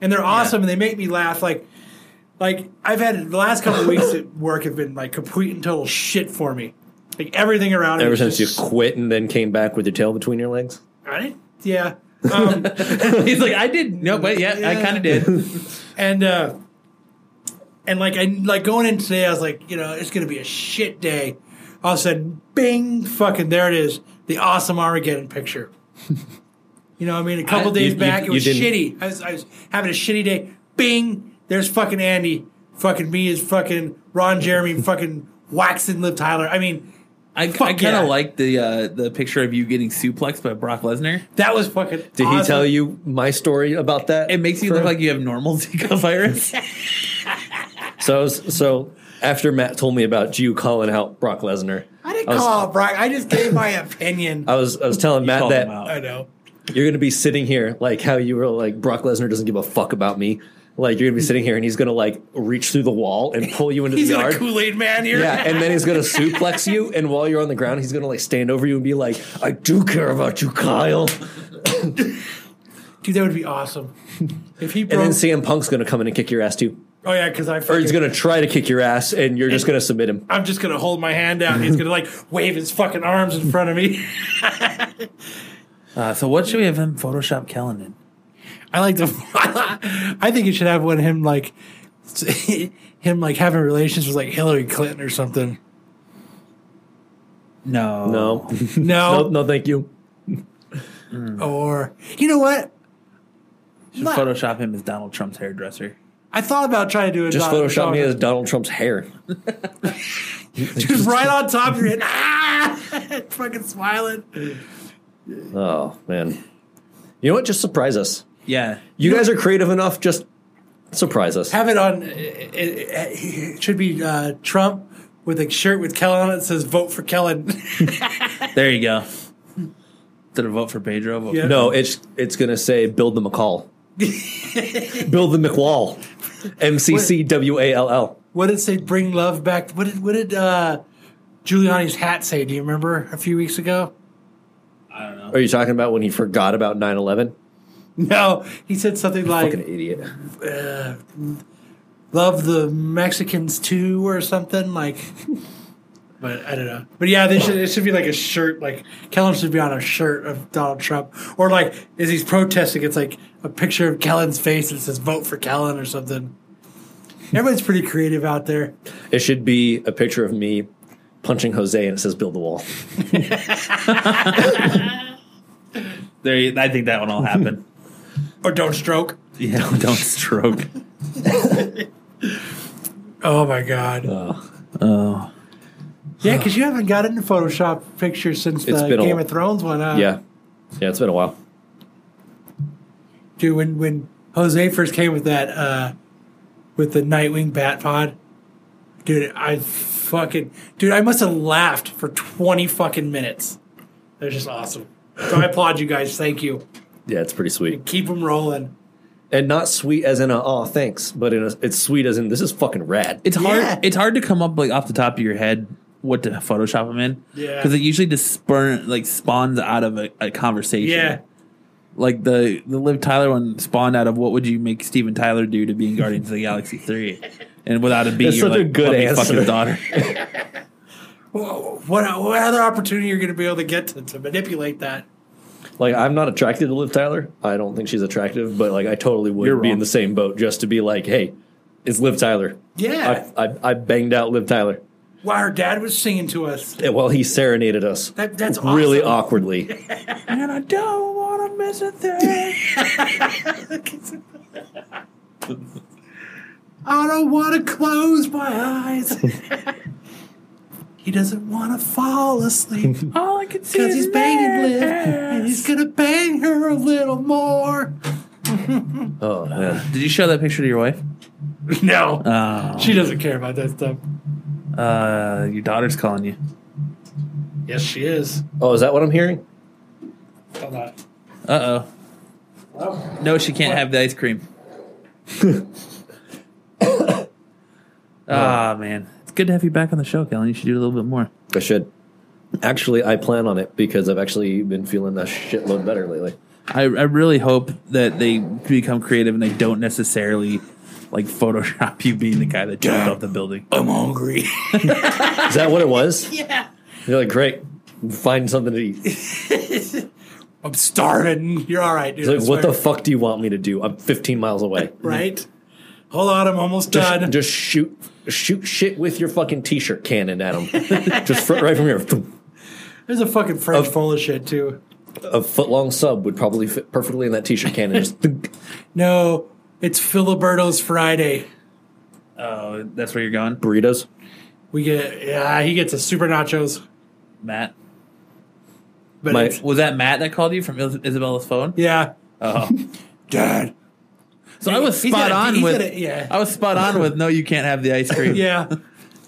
Speaker 3: and they're awesome and they make me laugh. Like, like I've had the last couple of weeks at work have been like complete and total shit for me. Like everything around it
Speaker 4: Ever
Speaker 3: is
Speaker 4: since you
Speaker 3: just-
Speaker 4: quit and then came back with your tail between your legs.
Speaker 3: I didn't- Yeah. Um,
Speaker 2: he's like, I didn't. No, but yeah, I
Speaker 3: Yeah.
Speaker 2: kind of did.
Speaker 3: and uh and like I like going in today, I was like, you know, it's gonna be a shit day. All of a sudden, bing, fucking there it is, the awesome Armageddon picture. you know, what I mean, a couple
Speaker 2: I-
Speaker 3: days
Speaker 4: you- you-
Speaker 3: back,
Speaker 4: you
Speaker 3: it was
Speaker 4: didn't-
Speaker 3: shitty. I was, I was having a shitty day. Bing, there's fucking Andy. Fucking me is fucking Ron Jeremy. fucking waxing Liv Tyler. I mean,
Speaker 2: I, I kind
Speaker 3: Fuck
Speaker 2: of
Speaker 3: yeah.
Speaker 2: like the uh, the picture of you getting suplexed by Brock Lesnar.
Speaker 3: that was fucking.
Speaker 4: Did he
Speaker 3: awesome.
Speaker 4: tell you my story about that?
Speaker 2: It makes you look like you have normal Zika virus.
Speaker 4: So so after Matt told me about you calling out Brock Lesnar,
Speaker 3: I didn't
Speaker 4: was-
Speaker 3: call, Brock. I just gave my opinion.
Speaker 4: I was I was telling Matt
Speaker 2: called
Speaker 4: that
Speaker 2: him out.
Speaker 3: I know.
Speaker 4: you're gonna be sitting here like how you were like Brock Lesnar doesn't give a fuck about me. Like you're gonna be sitting here and he's gonna like reach through the wall and pull you into
Speaker 3: He's
Speaker 4: the
Speaker 3: a
Speaker 4: yard.
Speaker 3: Kool Aid man here.
Speaker 4: yeah, and then he's gonna suplex you, and while you're on the ground, he's gonna like stand over you and be like, "I do care about you, Kyle."
Speaker 3: Dude, that would be awesome. If he
Speaker 4: And
Speaker 3: broke,
Speaker 4: then CM Punk's gonna come in and kick your ass too,
Speaker 3: oh yeah, because I.
Speaker 4: or he's
Speaker 3: fucking-
Speaker 4: gonna try to kick your ass, and you're just gonna submit him.
Speaker 3: I'm just gonna hold my hand out. and He's gonna like wave his fucking arms in front of me.
Speaker 2: Uh, so what should we have him Photoshop Kellen in?
Speaker 3: I like the. I think you should have one him like, him like having relations with like Hillary Clinton or something.
Speaker 2: No,
Speaker 4: No,
Speaker 3: No,
Speaker 4: no, no, thank you.
Speaker 3: or you know what?
Speaker 2: Should
Speaker 3: What?
Speaker 2: Photoshop him as Donald Trump's hairdresser.
Speaker 3: I thought about trying to do a
Speaker 4: Just
Speaker 3: Donald
Speaker 4: Photoshop me as
Speaker 3: Trump-
Speaker 4: Donald Trump's hair.
Speaker 3: Dude, right on top of your head. Ah! fucking smiling.
Speaker 4: Oh man, you know what? Just surprise us.
Speaker 2: Yeah,
Speaker 4: You guys are creative enough. Just surprise us.
Speaker 3: Have it on. It, it, it should be uh, Trump with a shirt with Kellen on it that says "Vote for Kellen."
Speaker 2: there you go. Did a vote for Pedro? Vote
Speaker 3: Yeah.
Speaker 2: for-
Speaker 4: No, it's it's gonna say build the McCall, build the McWall, M C C W A L L.
Speaker 3: what did it say? Bring love back. What did what did uh, Giuliani's hat say? Do you remember a few weeks ago?
Speaker 2: I don't know.
Speaker 4: Are you talking about when he forgot about 9-11?
Speaker 3: No, he said something like
Speaker 4: Fucking idiot.
Speaker 3: "Love the Mexicans too" or something like. But I don't know. But yeah, they should. It should be like a shirt. Like Kellen should be on a shirt of Donald Trump, or like as he's protesting, it's like a picture of Kellen's face that says "Vote for Kellen" or something. Everyone's pretty creative out there.
Speaker 4: It should be a picture of me punching Jose and it says build the wall.
Speaker 2: There, you- I think that one will happen.
Speaker 3: Or Oh, don't stroke.
Speaker 2: yeah, don't stroke.
Speaker 3: Oh my god.
Speaker 2: Oh,
Speaker 3: Yeah, because you haven't gotten a Photoshop picture since
Speaker 4: It's
Speaker 3: the
Speaker 4: been a-
Speaker 3: Game of Thrones one. Huh?
Speaker 4: Yeah. Yeah, it's been a while.
Speaker 3: dude. When when Jose first came with that, uh with the Nightwing Bat Pod, dude, I fucking dude, I must have laughed for twenty fucking minutes. That was just awesome. So I applaud you guys. Thank you.
Speaker 4: Yeah, it's pretty sweet.
Speaker 3: Keep them rolling.
Speaker 4: And not sweet as in a oh thanks, but in a, it's sweet as in this is fucking rad.
Speaker 2: it's hard.
Speaker 3: Yeah.
Speaker 2: It's hard to come up like off the top of your head what to Photoshop him in.
Speaker 3: Yeah.
Speaker 2: because it usually just spurn like spawns out of a, a conversation.
Speaker 3: Yeah,
Speaker 2: like the the Liv Tyler one spawned out of what would you make Steven Tyler do to being Guardians of the Galaxy three, and without a B,
Speaker 4: That's
Speaker 2: you're
Speaker 4: such a
Speaker 2: like,
Speaker 4: good
Speaker 2: "Let me fuck
Speaker 4: answer.
Speaker 2: his daughter.
Speaker 3: Wha- what what other opportunity you're going to be able to get to, to manipulate that?
Speaker 4: Like I'm not attracted to Liv Tyler. I don't think she's attractive, but like I totally would
Speaker 2: You're
Speaker 4: be in
Speaker 2: wrong.
Speaker 4: the same boat just to be like, hey, it's Liv Tyler.
Speaker 3: Yeah,
Speaker 4: I, I, I banged out Liv Tyler.
Speaker 3: wow, her dad was singing to us.
Speaker 4: Yeah, Well, he serenaded us.
Speaker 3: That, that's awesome.
Speaker 4: Really awkwardly.
Speaker 2: and I don't want to miss a thing.
Speaker 3: I don't want to close my eyes. he doesn't want to fall asleep
Speaker 2: All I can see
Speaker 3: because
Speaker 2: is
Speaker 3: he's banging Liv, and he's gonna bang her a little more.
Speaker 4: Oh man.
Speaker 2: Did you show that picture to your wife?
Speaker 3: No,
Speaker 2: Oh,
Speaker 3: she doesn't care about that stuff.
Speaker 2: uh, your daughter's calling you.
Speaker 3: Yes, she is.
Speaker 4: Oh, is that what I'm hearing?
Speaker 3: Hold on.
Speaker 2: Uh oh. No, she can't have the ice cream. Ah man, it's good to have you back on the show, Kellen. You should do a little bit more.
Speaker 4: I should. Actually, I plan on it because I've actually been feeling a shitload better lately.
Speaker 2: I, I really hope that they become creative and they don't necessarily like Photoshop you being the guy that jumped off the building.
Speaker 3: I'm hungry.
Speaker 4: Is that what it was?
Speaker 3: yeah,
Speaker 4: You're like, great, find something to eat. It's
Speaker 3: I'm starving. You're all right, dude.
Speaker 4: like,
Speaker 3: I
Speaker 4: what the
Speaker 3: swear.
Speaker 4: fuck do you want me to do? I'm 15 miles away.
Speaker 3: right? Hold on, I'm almost done.
Speaker 4: Just, just shoot, shoot shit with your fucking t-shirt cannon at them. just fr- right from here. Thump.
Speaker 3: There's a fucking French full of shit too.
Speaker 4: A foot long sub would probably fit perfectly in that t-shirt cannon. Just thunk.
Speaker 3: No, it's Filiberto's Friday.
Speaker 2: Oh, that's where you're going,
Speaker 4: burritos.
Speaker 3: We get yeah, he gets a super nachos.
Speaker 2: Matt.
Speaker 3: But
Speaker 4: My-
Speaker 3: it's-
Speaker 2: Was that Matt that called you from Is- Isabella's phone?
Speaker 3: yeah,
Speaker 2: Oh,
Speaker 3: Dad.
Speaker 2: so I was
Speaker 3: He's
Speaker 2: spot
Speaker 3: got a-
Speaker 2: on
Speaker 3: he's
Speaker 2: with
Speaker 3: got a- yeah.
Speaker 2: I was spot on with no, you can't have the ice cream.
Speaker 3: Yeah,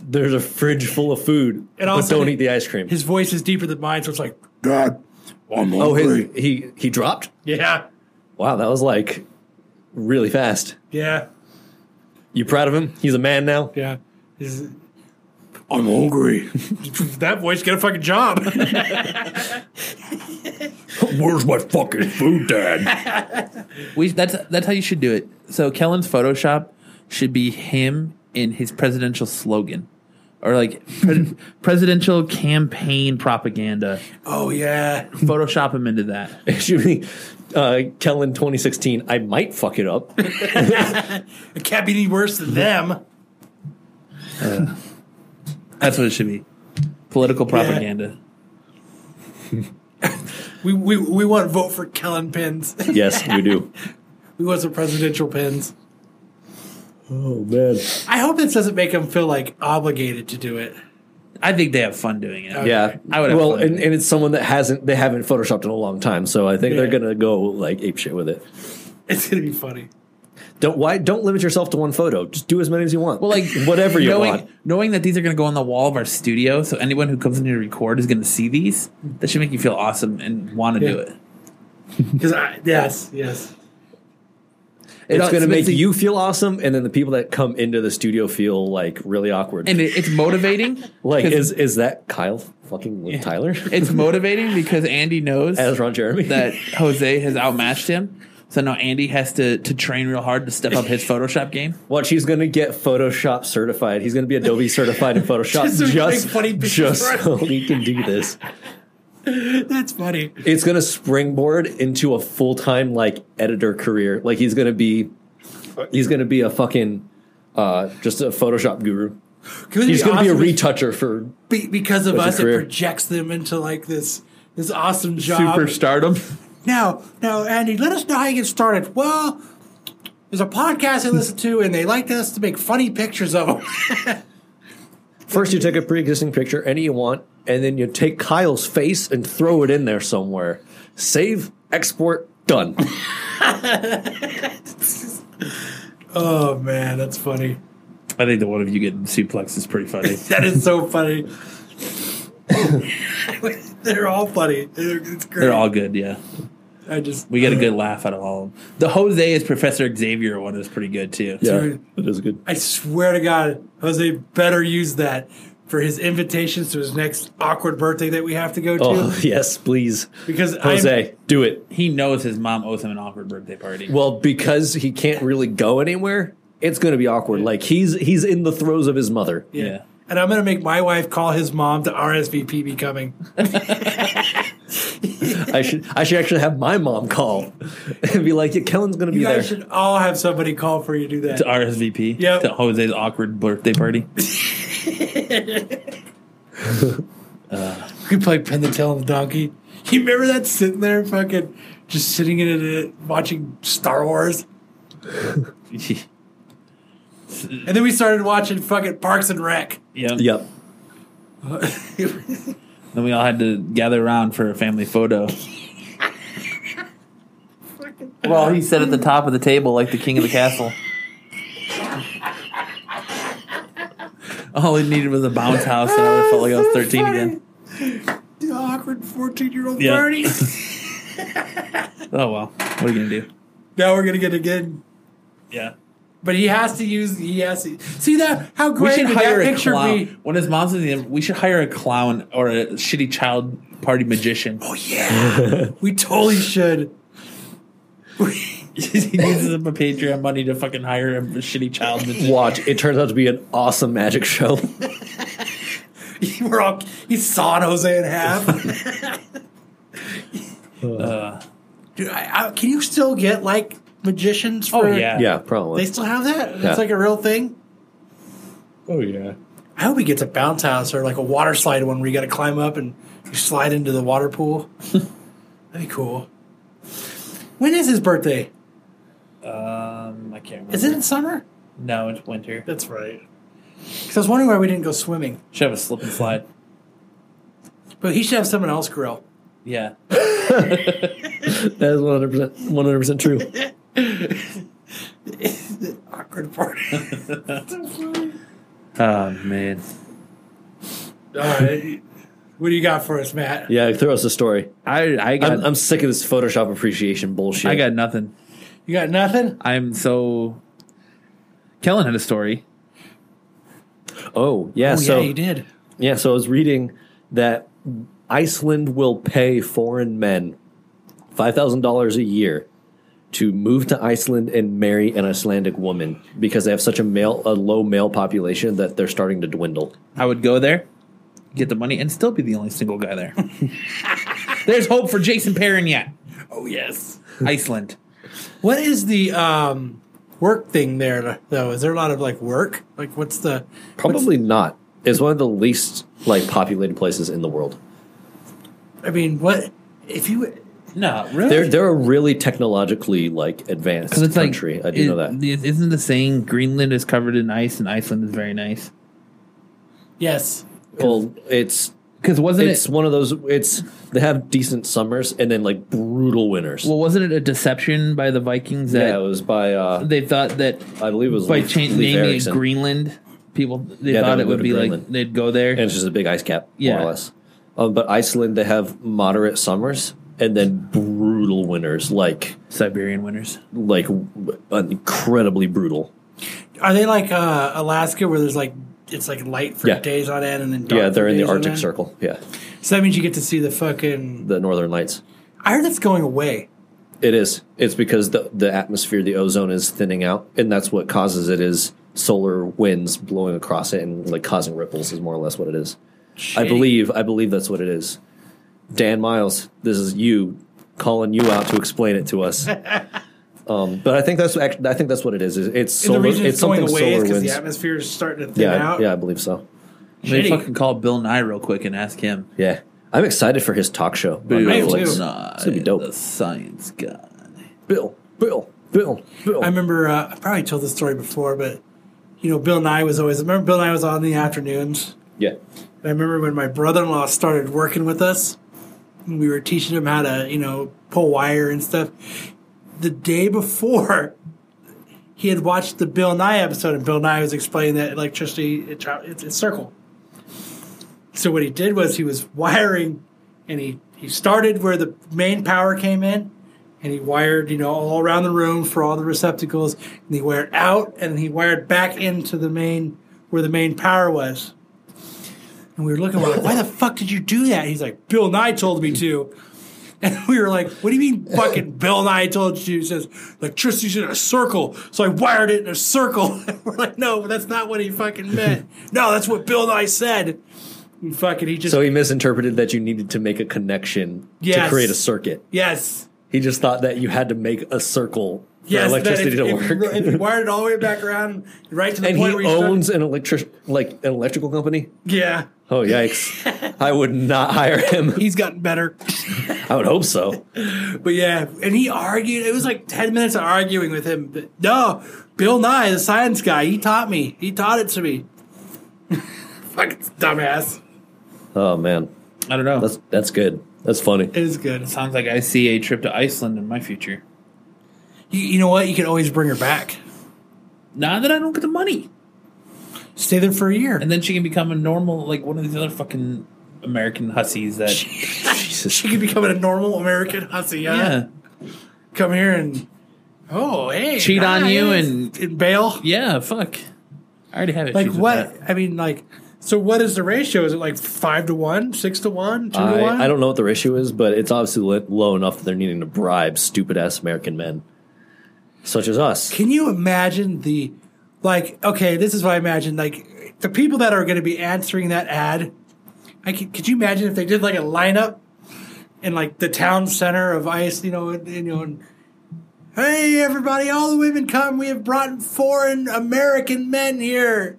Speaker 4: there's a fridge full of food,
Speaker 3: And
Speaker 4: but
Speaker 3: also
Speaker 4: don't
Speaker 3: he-
Speaker 4: eat the ice cream.
Speaker 3: His voice is deeper than mine, so it's like,
Speaker 5: God, I'm
Speaker 4: oh,
Speaker 5: hungry.
Speaker 4: his, he he dropped.
Speaker 3: yeah,
Speaker 4: Wow, that was like really fast.
Speaker 3: yeah,
Speaker 4: You proud of him? He's a man now.
Speaker 3: yeah. Is-
Speaker 5: I'm hungry.
Speaker 3: that voice get a fucking job.
Speaker 5: Where's my fucking food, Dad?
Speaker 2: We that's that's how you should do it. So Kellen's Photoshop should be him in his presidential slogan, or like pre- presidential campaign propaganda.
Speaker 3: oh yeah,
Speaker 2: Photoshop him into that.
Speaker 4: It should be uh, Kellen 2016. I might fuck it up.
Speaker 3: it can't be any worse than them.
Speaker 2: That's what it should be. Political propaganda.
Speaker 3: We we we want vote for Kellen pins.
Speaker 4: yes, we do.
Speaker 3: we want some presidential pins.
Speaker 4: Oh man.
Speaker 3: I hope this doesn't make him feel like obligated to do it.
Speaker 2: I think they have fun doing it.
Speaker 4: Yeah,
Speaker 2: I would have
Speaker 4: Well,
Speaker 2: fun
Speaker 4: and,
Speaker 2: with
Speaker 4: and it's someone that hasn't they haven't photoshopped in a long time, so I think
Speaker 3: Yeah.
Speaker 4: they're gonna go like ape shit with it.
Speaker 3: It's gonna be funny.
Speaker 4: Don't why don't limit yourself to one photo. Just do as many as you want.
Speaker 2: Well, like
Speaker 4: whatever you
Speaker 2: knowing,
Speaker 4: want.
Speaker 2: knowing that these are going to go on the wall of our studio, so anyone who comes in here to record is going to see these. That should make you feel awesome and want to
Speaker 3: Yeah.
Speaker 2: do it.
Speaker 3: Because yes, yes,
Speaker 4: It's
Speaker 2: all-
Speaker 4: gonna make
Speaker 2: the-
Speaker 4: you feel awesome, and then the people that come into the studio feel like really awkward.
Speaker 2: and it, it's motivating.
Speaker 4: like
Speaker 2: 'cause
Speaker 4: is is that Kyle fucking with Tyler
Speaker 2: it's motivating because Andy knows
Speaker 4: as Ron Jeremy?
Speaker 2: that Jose has outmatched him. So now Andy has to to train real hard to step up his Photoshop game.
Speaker 4: Watch, he's gonna get Photoshop certified. He's gonna be Adobe certified in Photoshop
Speaker 3: Just
Speaker 4: just
Speaker 3: so he can
Speaker 4: just,
Speaker 3: make funny pictures for us.
Speaker 4: so he can do this.
Speaker 3: that's funny.
Speaker 4: It's gonna springboard into a full time like editor career. Like he's gonna be, he's gonna be a fucking, uh, just a Photoshop guru. He's gonna be a retoucher for
Speaker 3: be, because of
Speaker 4: That's a
Speaker 3: us. It
Speaker 4: career.
Speaker 3: projects them into like this this awesome job.
Speaker 2: Super stardom.
Speaker 3: Now, now, Andy, let us know how you get started. Well, there's a podcast I listen to, and they like us to make funny pictures of them.
Speaker 4: First, you take a pre-existing picture, any you want, and then you take Kyle's face and throw it in there somewhere. Save, export, done.
Speaker 3: oh man, that's funny.
Speaker 2: I think the one of you getting suplex is pretty funny.
Speaker 3: That is so funny. They're all funny. They're- It's great.
Speaker 2: They're all good, yeah.
Speaker 3: I just
Speaker 2: We get a good laugh out of all of them. The Jose is Professor Xavier one is pretty good too.
Speaker 3: Dude.
Speaker 4: that is good.
Speaker 3: I swear to God, Jose better use that for his invitations to his next awkward birthday that we have to go to.
Speaker 4: Oh yes, please,
Speaker 3: Because I'm,
Speaker 4: Jose, do it.
Speaker 2: He knows his mom owes him an awkward birthday party.
Speaker 4: Well, because he can't really go anywhere, it's going to be awkward. Like he's he's in the throes of his mother.
Speaker 3: yeah.
Speaker 2: yeah.
Speaker 3: and I'm gonna make my wife call his mom to RSVP me coming.
Speaker 4: I should I should actually have my mom call and be like, "Yeah, Kellen's going to be
Speaker 3: You
Speaker 4: there."
Speaker 3: guys should all have somebody call for you to do that.
Speaker 2: To RSVP.
Speaker 3: Yep.
Speaker 2: To Jose's awkward birthday party.
Speaker 3: We could play pin the tail on the donkey. You remember that sitting there, fucking just sitting in it, watching Star Wars, and then we started watching fucking Parks and Rec.
Speaker 2: yep.
Speaker 4: Yep.
Speaker 2: Then we all had to gather around for a family photo. well, he sat at the top of the table like the king of the castle. All it needed was a bounce house, and I would have felt like I was 13 again.
Speaker 3: The awkward fourteen-year-old
Speaker 2: Yeah.
Speaker 3: party.
Speaker 2: Oh, well. What are you going to do?
Speaker 3: now we're gonna get again.
Speaker 2: Yeah.
Speaker 3: But he has to use. He has to see that. How
Speaker 2: We
Speaker 3: great
Speaker 2: should
Speaker 3: would
Speaker 2: hire
Speaker 3: that
Speaker 2: a
Speaker 3: picture
Speaker 2: clown.
Speaker 3: be?
Speaker 2: When his mom's in the we should hire a clown or a shitty child party magician.
Speaker 3: Oh yeah, we totally should.
Speaker 2: he uses up a Patreon money to fucking hire a shitty child magician.
Speaker 4: Watch. It turns out to be an awesome magic show.
Speaker 3: We're all. He sawed Jose in half.
Speaker 2: Uh,
Speaker 3: Dude, I, I, can you still get like magicians? For,
Speaker 2: Oh, yeah.
Speaker 4: yeah,
Speaker 3: They
Speaker 4: probably.
Speaker 3: still have that. That's
Speaker 4: Yeah.
Speaker 3: like a real thing.
Speaker 4: oh yeah.
Speaker 3: I hope he gets a bounce house or like a water slide one where you got to climb up and you slide into the water pool. That'd be cool. When is his birthday?
Speaker 2: um, I can't remember.
Speaker 3: Is it in summer?
Speaker 2: No, it's winter.
Speaker 3: That's right. Because I was wondering why we didn't go swimming.
Speaker 2: Should have a slip and slide.
Speaker 3: But he should have someone else grill.
Speaker 2: Yeah.
Speaker 4: That is one hundred percent one hundred percent true.
Speaker 3: Awkward part.
Speaker 2: Oh man.
Speaker 3: All right. What do you got for us, Matt?
Speaker 4: Yeah, throw us a story.
Speaker 2: I I got
Speaker 4: I'm, I'm sick of this Photoshop appreciation bullshit.
Speaker 2: I got nothing.
Speaker 3: You got
Speaker 4: Uh,
Speaker 3: nothing?
Speaker 2: I'm so. Kellen had a story.
Speaker 4: Oh yeah,
Speaker 3: Oh,
Speaker 4: so
Speaker 3: yeah, you did.
Speaker 4: Yeah, so I was reading that Iceland will pay foreign men $5,000 a year to move to Iceland and marry an Icelandic woman because they have such a male a low male population that they're starting to dwindle.
Speaker 2: I would go there, get the money, and still be the only single guy there. There's hope for Jason Perrin yet.
Speaker 3: Oh, yes.
Speaker 2: Iceland.
Speaker 3: What is the um, work thing there though? Is there a lot of like work? Like what's the
Speaker 4: Probably not. It's one of the least like populated places in the world.
Speaker 3: I mean, what if you?
Speaker 2: No, really.
Speaker 4: They're they're a really technologically like advanced
Speaker 2: Because it's
Speaker 4: country.
Speaker 2: like,
Speaker 4: I do know
Speaker 2: it-
Speaker 4: that.
Speaker 2: it- Isn't the saying Greenland is covered in ice and Iceland is very nice?
Speaker 3: Yes,
Speaker 4: Well, it's
Speaker 2: Because wasn't
Speaker 4: it's
Speaker 2: it?
Speaker 4: one of those it's they have decent summers and then like brutal winters.
Speaker 2: Well, wasn't it a deception by the Vikings that
Speaker 4: yeah, it was by uh,
Speaker 2: they thought that
Speaker 4: I believe it was
Speaker 2: by
Speaker 4: Leif-
Speaker 2: cha-
Speaker 4: Leif
Speaker 2: naming
Speaker 4: Erikson.
Speaker 2: it Greenland, people they
Speaker 4: Yeah, they
Speaker 2: thought
Speaker 4: would
Speaker 2: it
Speaker 4: go
Speaker 2: would
Speaker 4: to
Speaker 2: be
Speaker 4: Greenland.
Speaker 2: like they'd go there.
Speaker 4: and it's just a big ice cap, more
Speaker 2: Yeah.
Speaker 4: or less. Um, but Iceland, they have moderate summers and then brutal winters, like
Speaker 2: Siberian winters.
Speaker 4: like w- incredibly brutal.
Speaker 3: are they like uh, Alaska where there's like it's like light for
Speaker 4: Yeah.
Speaker 3: days on end and then dark
Speaker 4: yeah, they're
Speaker 3: for
Speaker 4: in
Speaker 3: days
Speaker 4: the
Speaker 3: on
Speaker 4: Arctic
Speaker 3: end?
Speaker 4: Circle. Yeah,
Speaker 3: So that means you get to see the fucking.
Speaker 4: the Northern Lights.
Speaker 3: I heard that's going away.
Speaker 4: It is. It's because the the atmosphere, the ozone is thinning out, and that's what causes it. Is solar winds blowing across it and like causing ripples is more or less what it is. I
Speaker 3: Shitty.
Speaker 4: believe. I believe that's what it is. Dan Miles, this is you calling you out to explain it to us. um, but I think that's act- I think that's what it is. is It's
Speaker 3: And the
Speaker 4: solar.
Speaker 3: reason
Speaker 4: It's
Speaker 3: it's going
Speaker 4: something
Speaker 3: away is
Speaker 4: solar
Speaker 3: because the
Speaker 4: winds.
Speaker 3: atmosphere is starting to thin
Speaker 4: Yeah,
Speaker 3: out.
Speaker 4: yeah, I believe so.
Speaker 2: They
Speaker 3: Shitty.
Speaker 2: fucking call Bill Nye real quick and ask him.
Speaker 4: Yeah, I'm excited for his talk show. on
Speaker 2: Bill
Speaker 3: am too.
Speaker 4: Netflix.
Speaker 2: Nye,
Speaker 4: It's gonna be dope.
Speaker 2: the science guy.
Speaker 4: Bill, Bill, Bill, Bill.
Speaker 3: I remember uh, I probably told this story before, but you know, Bill Nye was always. Remember, Bill Nye was on in the afternoons.
Speaker 4: yeah,
Speaker 3: And I remember when my brother in law started working with us, and we were teaching him how to, you know, pull wire and stuff. The day before, he had watched the Bill Nye episode, and Bill Nye was explaining that electricity it, tra- it's it's circle. So what he did was he was wiring, and he he started where the main power came in, and he wired you know all around the room for all the receptacles, and he wired out, and he wired back into the main where the main power was. And we were looking, we're like, why the fuck did you do that? He's like, Bill Nye told me to. And we were like, what do you mean fucking Bill Nye told you? He says, electricity's in a circle. So I wired it in a circle. And we're like, no, but that's not what he fucking meant. no, that's what Bill Nye said. And fucking, he just,
Speaker 4: So he misinterpreted that you needed to make a connection to
Speaker 3: Yes.
Speaker 4: create a circuit.
Speaker 3: yes.
Speaker 4: He just thought that you had to make a circle for
Speaker 3: Yes, that
Speaker 4: electricity
Speaker 3: if,
Speaker 4: to
Speaker 3: if,
Speaker 4: work.
Speaker 3: If you wired it all the way back around, right to the
Speaker 4: and he
Speaker 3: point where you started-
Speaker 4: owns an electric, like an electrical company.
Speaker 3: yeah,
Speaker 4: Oh yikes! I would not hire him.
Speaker 3: he's gotten better.
Speaker 4: I would hope so.
Speaker 3: But yeah, and he argued. It was like ten minutes of arguing with him. But no, Bill Nye, the science guy, he taught me. He taught it to me. Fucking dumbass.
Speaker 4: Oh man,
Speaker 2: I don't know.
Speaker 4: that's that's good. That's funny.
Speaker 3: It is good.
Speaker 2: Sounds like I see a trip to Iceland in my future.
Speaker 3: You, you know what? You can always bring her back.
Speaker 2: Now that I don't get the money,
Speaker 3: Stay there for a year.
Speaker 2: and then she can become a normal, like one of these other fucking American hussies that.
Speaker 4: Jesus.
Speaker 3: she could become a normal American hussy. Huh?
Speaker 2: yeah.
Speaker 3: Come here and oh hey,
Speaker 2: Cheat on you and-
Speaker 3: and bail.
Speaker 2: Yeah, fuck. I already have it.
Speaker 3: Like what? I mean, like. So what is the ratio? Is it like five to one, six to one, two to one?
Speaker 4: I, I don't know what the ratio is, but it's obviously li- low enough that they're needing to bribe stupid ass American men, such as us.
Speaker 3: Can you imagine the, like, okay, this is what I imagine. Like, the people that are going to be answering that ad, I could, could you imagine if they did like a lineup in like the town center of ice, you know, and, and, you know, and, hey, everybody, all the women come. We have brought foreign American men here.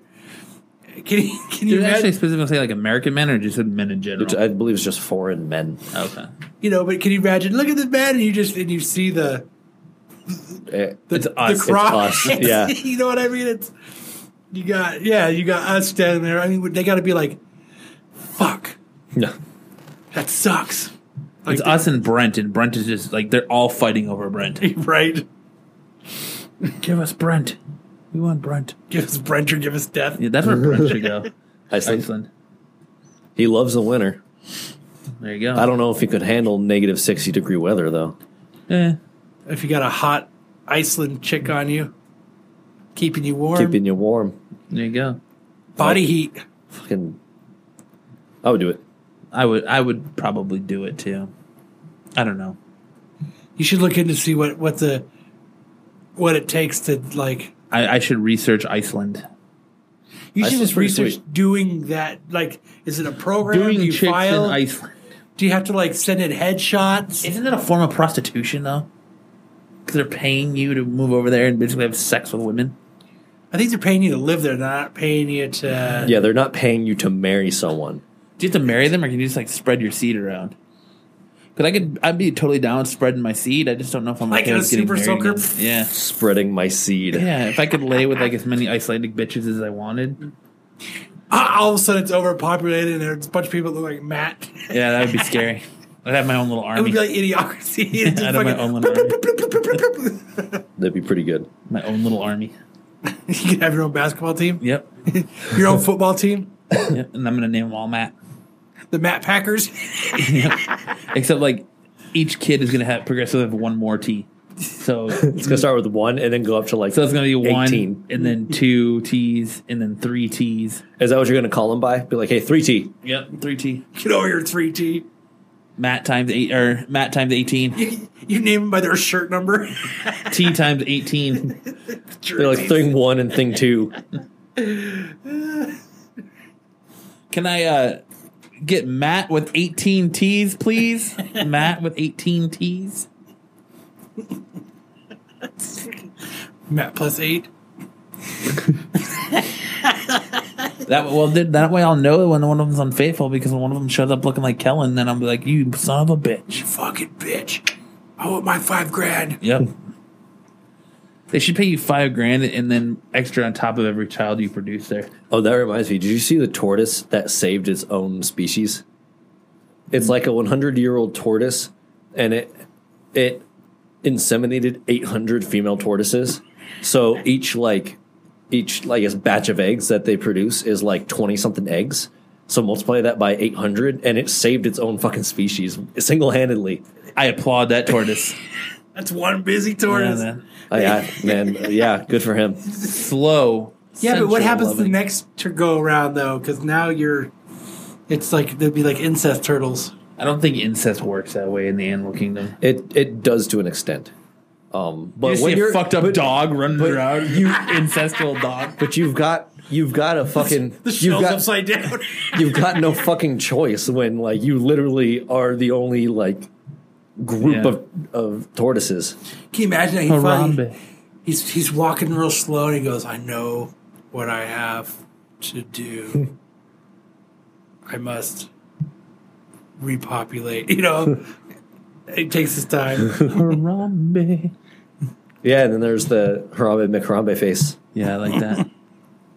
Speaker 3: Can you, can you
Speaker 2: Did it actually
Speaker 3: imagine,
Speaker 2: specifically say like American men or just said men in general?
Speaker 4: Which I believe is just foreign men,
Speaker 2: okay.
Speaker 3: you know, but can you imagine, look at this man and you just, and you see the,
Speaker 4: Eh,
Speaker 3: the,
Speaker 2: It's us. It's
Speaker 3: The crowd.
Speaker 4: us. Yeah.
Speaker 3: you know what I mean? It's you got yeah, you got us standing there. I mean, they got to be like, fuck,
Speaker 4: no,
Speaker 3: that sucks, Like
Speaker 2: it's us and Brent, and Brent is just like they're all fighting over Brent.
Speaker 3: right?
Speaker 2: Give us Brent. We want Brent.
Speaker 3: Give us Brent or give us death.
Speaker 2: Yeah, that's where Brent should go.
Speaker 4: Iceland.
Speaker 2: Iceland.
Speaker 4: He loves the winter.
Speaker 2: There you go.
Speaker 4: I don't know if he could handle negative 60 degree weather, though.
Speaker 2: Eh,
Speaker 3: If you got a hot Iceland chick on you, keeping you warm,
Speaker 4: Keeping you warm.
Speaker 2: there you go.
Speaker 3: body heat.
Speaker 4: Fucking. I would do it.
Speaker 2: I would I would probably do it too. I don't know.
Speaker 3: You should look into see what what the what it takes to like.
Speaker 2: I, I should research Iceland.
Speaker 3: You should
Speaker 4: Iceland's
Speaker 3: just
Speaker 4: pretty
Speaker 3: research
Speaker 4: sweet.
Speaker 3: doing that. Like, is it a program?
Speaker 2: Doing
Speaker 3: Do you
Speaker 2: chicks
Speaker 3: file?
Speaker 2: in Iceland.
Speaker 3: Do you have to like send in headshots?
Speaker 2: Isn't that a form of prostitution though? Because they're paying you to move over there and basically have sex with women.
Speaker 3: I think they're paying you to live there, not paying you to.
Speaker 4: Yeah, they're not paying you to marry someone.
Speaker 2: Do you have to marry them, or can you just like spread your seed around? Because I could, I'd be totally down with spreading my seed. I just don't know if I'm
Speaker 3: Like
Speaker 2: okay
Speaker 3: in a
Speaker 2: with getting
Speaker 3: super
Speaker 2: married
Speaker 3: soaker?
Speaker 2: again. Yeah,
Speaker 4: Spreading my seed.
Speaker 2: yeah. If I could lay with like as many Icelandic bitches as I wanted,
Speaker 3: Ah, All of a sudden, it's overpopulated, and there's a bunch of people that look like Matt.
Speaker 2: yeah, that would be scary. I'd have my own little
Speaker 3: It would
Speaker 2: army,
Speaker 3: be like idiocracy. It's just
Speaker 2: Out of my
Speaker 3: fucking-
Speaker 2: own little
Speaker 4: That'd be pretty good.
Speaker 2: my own little army.
Speaker 3: you can have your own basketball team,
Speaker 2: Yep.
Speaker 3: your own football team,
Speaker 2: yep. And I'm gonna name them all Matt.
Speaker 3: the Matt Packers.
Speaker 2: Except like each kid is gonna have progressively have one more T. So
Speaker 4: It's going to start with one and then go up to like.
Speaker 2: Mm-hmm. so it's gonna be one
Speaker 4: 18.
Speaker 2: and then two T's and then three T's.
Speaker 4: Is that what you're going to call them by? Be like, hey, 3T.
Speaker 2: Yep, three T.
Speaker 3: Get over your three T.
Speaker 2: Matt times eight or Matt times eighteen.
Speaker 3: You, you name them by their shirt number.
Speaker 2: T times eighteen.
Speaker 4: They're like thing one and thing two.
Speaker 2: Can I uh get Matt with 18 T's, please? Matt with 18 T's.
Speaker 3: Matt plus eight.
Speaker 2: That well, th- that way I'll know when one of them's unfaithful because when one of them shows up looking like Kellen, then I'll be like, "You son of a bitch."
Speaker 3: Fucking bitch. I want Oh, my five grand.
Speaker 2: Yep. they should pay you five grand and then extra on top of every child you produce there.
Speaker 4: Oh, that reminds me. Did you see the tortoise that saved its own species? It's like a 100 year old tortoise, and it it inseminated 800 female tortoises. So each like each I guess batch of eggs that they produce is like 20 something eggs. So multiply that by 800, and it saved its own fucking species single handedly.
Speaker 2: I applaud that tortoise.
Speaker 3: That's one busy
Speaker 2: yeah,
Speaker 3: tortoise. Yeah,
Speaker 2: man.
Speaker 4: Uh, Yeah, man. Yeah, good for him.
Speaker 2: Slow.
Speaker 3: but what
Speaker 2: sensual
Speaker 3: happens the
Speaker 2: loving.
Speaker 3: next to go around though? Because now you're, it's like they'd be like incest turtles.
Speaker 2: I don't think incest works that way in the animal kingdom.
Speaker 4: It it does to an extent. Um, but
Speaker 2: You
Speaker 4: when
Speaker 2: see
Speaker 4: you're
Speaker 2: a fucked up dog running around, you incestful dog.
Speaker 4: But you've got you've got a fucking
Speaker 3: The
Speaker 4: you've
Speaker 3: shell's
Speaker 4: got
Speaker 3: upside down.
Speaker 4: you've got no fucking choice when like you literally are the only like group
Speaker 2: Yeah.
Speaker 4: of of tortoises.
Speaker 3: Can you imagine that he finally,
Speaker 2: Harambe.
Speaker 3: he's he's walking real slow and he goes, "I know what I have to do. I must repopulate." You know, it takes his time.
Speaker 2: Harambe.
Speaker 4: Yeah, and then there's the Harambe McHarambe face.
Speaker 2: Yeah, I like that.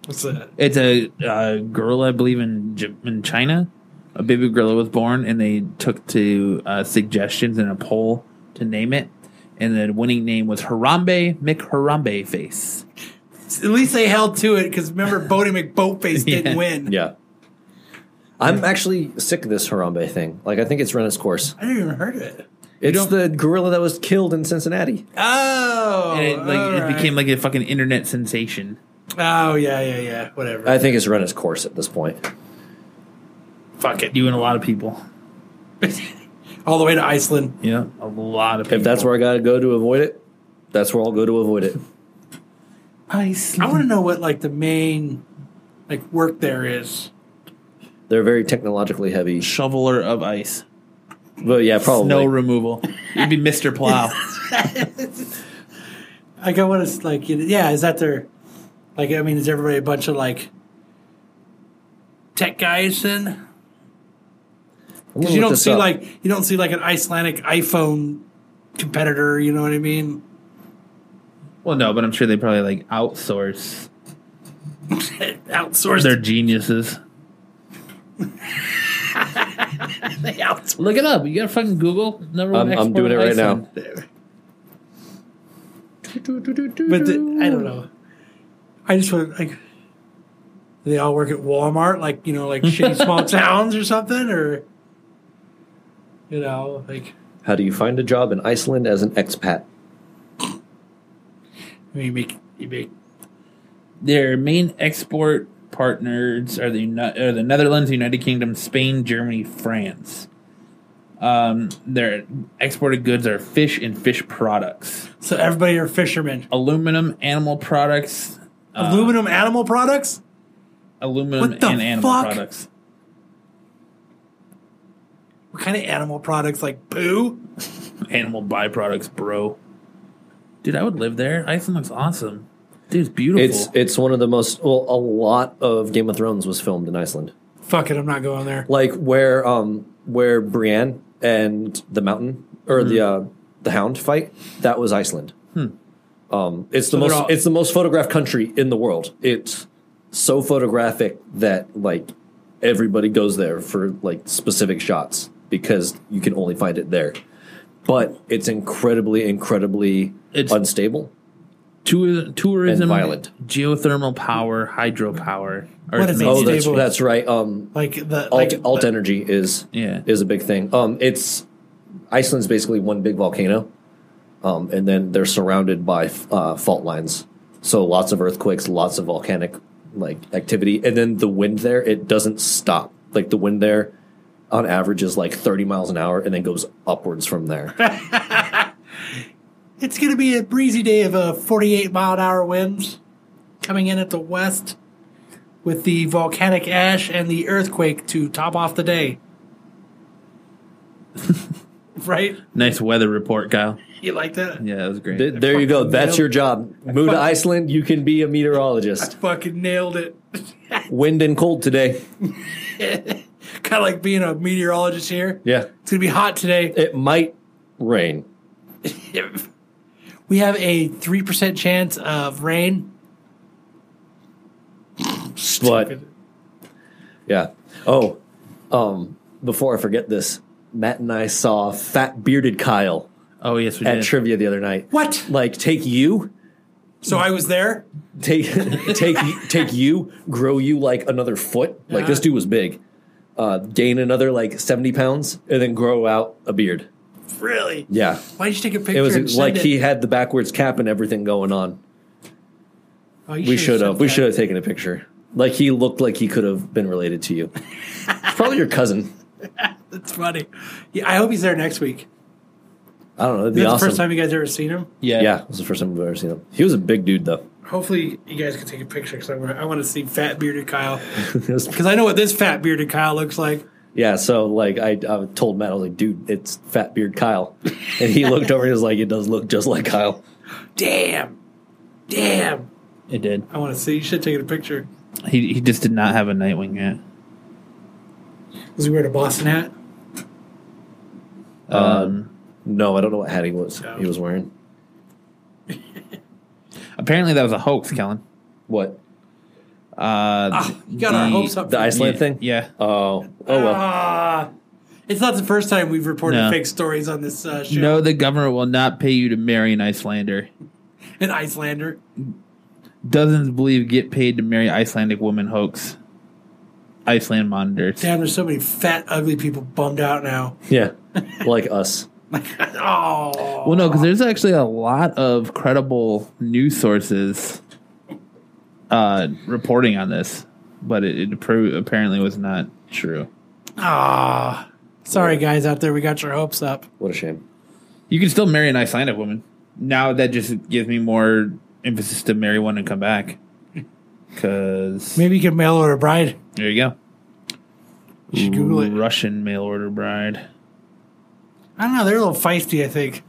Speaker 3: What's that?
Speaker 2: It's a uh, gorilla, I believe, in J- in China. A baby gorilla was born, and they took to uh, suggestions in a poll to name it. And the winning name was Harambe McHarambe Face.
Speaker 3: At least they held to it because remember, Bodie McBoatface didn't
Speaker 2: Yeah.
Speaker 3: win.
Speaker 4: Yeah. I'm actually sick of this Harambe thing. Like I think it's run its course.
Speaker 3: I didn't even heard of it.
Speaker 4: It's the gorilla that was killed in Cincinnati.
Speaker 3: Oh,
Speaker 2: And it, like, it
Speaker 3: alright.
Speaker 2: became like a fucking internet sensation.
Speaker 3: Oh yeah, yeah, yeah. Whatever.
Speaker 4: I think it's run its course at this point.
Speaker 2: Fuck it. You and a lot of people.
Speaker 3: All the way to Iceland.
Speaker 2: Yeah. A lot of people.
Speaker 4: If that's where I gotta go to avoid it, that's where I'll go to avoid it.
Speaker 3: I
Speaker 2: Iceland.
Speaker 3: want to know what like the main like work there is.
Speaker 4: They're very technologically heavy.
Speaker 2: Shoveler of ice.
Speaker 4: But yeah, probably
Speaker 2: Snow removal. It'd be Mr. Plow.
Speaker 3: Like I want to like you know, yeah. Is that their like? I mean, is everybody a bunch of like tech guys then?
Speaker 4: I'm gonna
Speaker 3: Because you
Speaker 4: look
Speaker 3: don't
Speaker 4: this
Speaker 3: see
Speaker 4: up.
Speaker 3: like you don't see like an Icelandic iPhone competitor. You know what I mean?
Speaker 2: well, no, but I'm sure they probably like outsource
Speaker 3: Outsourced.
Speaker 2: They're geniuses.
Speaker 3: they outsourced.
Speaker 2: Look it up. You got fucking Google. Number
Speaker 4: I'm, I'm doing it right now.
Speaker 3: But the, I don't know. I just want like They all work at Walmart, like you know, like shitty small towns or something, or you know, like
Speaker 4: How do you find a job in Iceland as an expat?
Speaker 3: I mean, you make you make
Speaker 2: Their main export partners are the, Uni- are the Netherlands, United Kingdom, Spain, Germany, France. Um, their exported goods are fish and fish products,
Speaker 3: so everybody are fishermen.
Speaker 2: aluminum, animal products,
Speaker 4: Uh,
Speaker 3: Aluminum animal products.
Speaker 2: aluminum
Speaker 3: What the
Speaker 2: and animal
Speaker 3: fuck?
Speaker 2: products.
Speaker 3: What kind of animal products? Like poo.
Speaker 2: Animal byproducts, bro. Dude, I would live there. Iceland looks awesome. Dude, it's beautiful.
Speaker 4: It's it's one of the most well, a lot of Game of Thrones was filmed in Iceland.
Speaker 3: Fuck it, I'm not going there.
Speaker 4: Like where um where Brienne and the mountain or
Speaker 3: Hmm.
Speaker 4: the uh, the hound fight, that was Iceland. Um it's the
Speaker 3: they're
Speaker 4: most
Speaker 3: all-
Speaker 4: it's the most photographed country in the world. It's so photographic that like everybody goes there for like specific shots because you can only find it there. But it's incredibly, incredibly
Speaker 2: It's-
Speaker 4: unstable.
Speaker 2: Tour- tourism,
Speaker 4: And violent.
Speaker 2: geothermal power, hydropower. are
Speaker 3: What
Speaker 2: its
Speaker 3: is
Speaker 2: main-
Speaker 3: it?
Speaker 4: Oh, that's
Speaker 3: Unstable.
Speaker 4: that's right. Um,
Speaker 3: Like the
Speaker 4: alt,
Speaker 3: like,
Speaker 4: alt
Speaker 3: the-
Speaker 4: energy is
Speaker 2: Yeah.
Speaker 4: is a big thing. Um, it's Iceland's basically one big volcano, um, and then they're surrounded by uh, fault lines. So lots of earthquakes, lots of volcanic like activity, and then the wind there it doesn't stop. Like the wind there, on average, is like thirty miles an hour, and then goes upwards from there.
Speaker 3: It's going to be a breezy day of uh, 48 mile an hour winds coming in at the west with the volcanic ash and the earthquake to top off the day. right?
Speaker 2: Nice weather report, Kyle.
Speaker 3: You like that?
Speaker 2: Yeah, that was great.
Speaker 4: Th- there you go.
Speaker 3: fucking
Speaker 4: That's
Speaker 3: nailed-
Speaker 4: your job. Move to Iceland. You can be a meteorologist.
Speaker 3: Fucking nailed it.
Speaker 4: Wind and cold today.
Speaker 3: kind of like being a meteorologist here.
Speaker 4: Yeah,
Speaker 3: It's going to be hot today.
Speaker 4: it might rain.
Speaker 3: We have a 3% chance of rain.
Speaker 4: But yeah. Oh, um, before I forget this, Matt and I saw fat bearded Kyle
Speaker 2: oh yes, we
Speaker 4: at
Speaker 2: did.
Speaker 4: trivia the other night.
Speaker 3: What?
Speaker 4: Like take you,
Speaker 3: So I was there.
Speaker 4: take take take you, grow you like another foot. Like this
Speaker 3: Yeah.
Speaker 4: dude was big. Uh, gain another like seventy pounds, and then grow out a beard.
Speaker 3: Really?
Speaker 4: Yeah,
Speaker 3: Why did you take a picture?
Speaker 4: it
Speaker 3: and
Speaker 4: was
Speaker 3: send
Speaker 4: like
Speaker 3: it?
Speaker 4: he had the backwards cap and everything going on.
Speaker 3: Oh, you
Speaker 4: We should
Speaker 3: sent
Speaker 4: have. We
Speaker 3: that.
Speaker 4: should have taken a picture. Like he looked like he could have been related to you. Probably your cousin.
Speaker 3: That's funny. Yeah, I hope he's there next week.
Speaker 4: I don't know. That'd be
Speaker 3: That's
Speaker 4: awesome.
Speaker 3: the first time you guys ever seen him.
Speaker 2: yeah.
Speaker 4: Yeah, it was the first time I've ever seen him. He was a big dude though.
Speaker 3: Hopefully, you guys can take a picture because I want I want to see fat bearded Kyle because I know what this fat bearded Kyle looks like.
Speaker 4: yeah, so like I, I told Matt, I was like, dude, it's fat beard Kyle, and he looked over and he was like, it does look just like Kyle.
Speaker 3: Damn, damn.
Speaker 2: it did.
Speaker 3: I want to see. You should take a picture.
Speaker 2: He he just did not have a Nightwing yet.
Speaker 3: Was he wearing a Boston hat?
Speaker 2: Um,
Speaker 4: No, I don't know what hat he was.
Speaker 3: Yeah.
Speaker 4: He was wearing
Speaker 2: apparently that was a hoax, Kellen.
Speaker 4: what?
Speaker 2: Uh,
Speaker 3: Ah, you got our hopes up.
Speaker 4: The Iceland
Speaker 2: yeah,
Speaker 4: thing?
Speaker 2: Yeah.
Speaker 4: Oh, oh well.
Speaker 3: Ah, it's not the first time we've reported
Speaker 2: No.
Speaker 3: fake stories on this uh, show.
Speaker 2: No, the government will not pay you to marry an Icelander.
Speaker 3: An Icelander.
Speaker 2: Dozens believe get paid to marry Icelandic woman hoax. Iceland monitors.
Speaker 3: Damn, there's so many fat, ugly people bummed out now.
Speaker 4: Yeah, like us.
Speaker 3: Oh,
Speaker 2: Well, no, because there's actually a lot of credible news sources uh, reporting on this, but it, it appro- apparently was not true.
Speaker 3: ah. Sorry, guys out there, we got your hopes up.
Speaker 4: What a shame.
Speaker 2: You can still marry an Icelandic woman. Now that just gives me more emphasis to marry one and come back. Because
Speaker 3: Maybe you can mail order a bride.
Speaker 2: there you go,
Speaker 3: You should Google it.
Speaker 2: Russian mail order bride.
Speaker 3: I don't know. They're a little feisty, I think.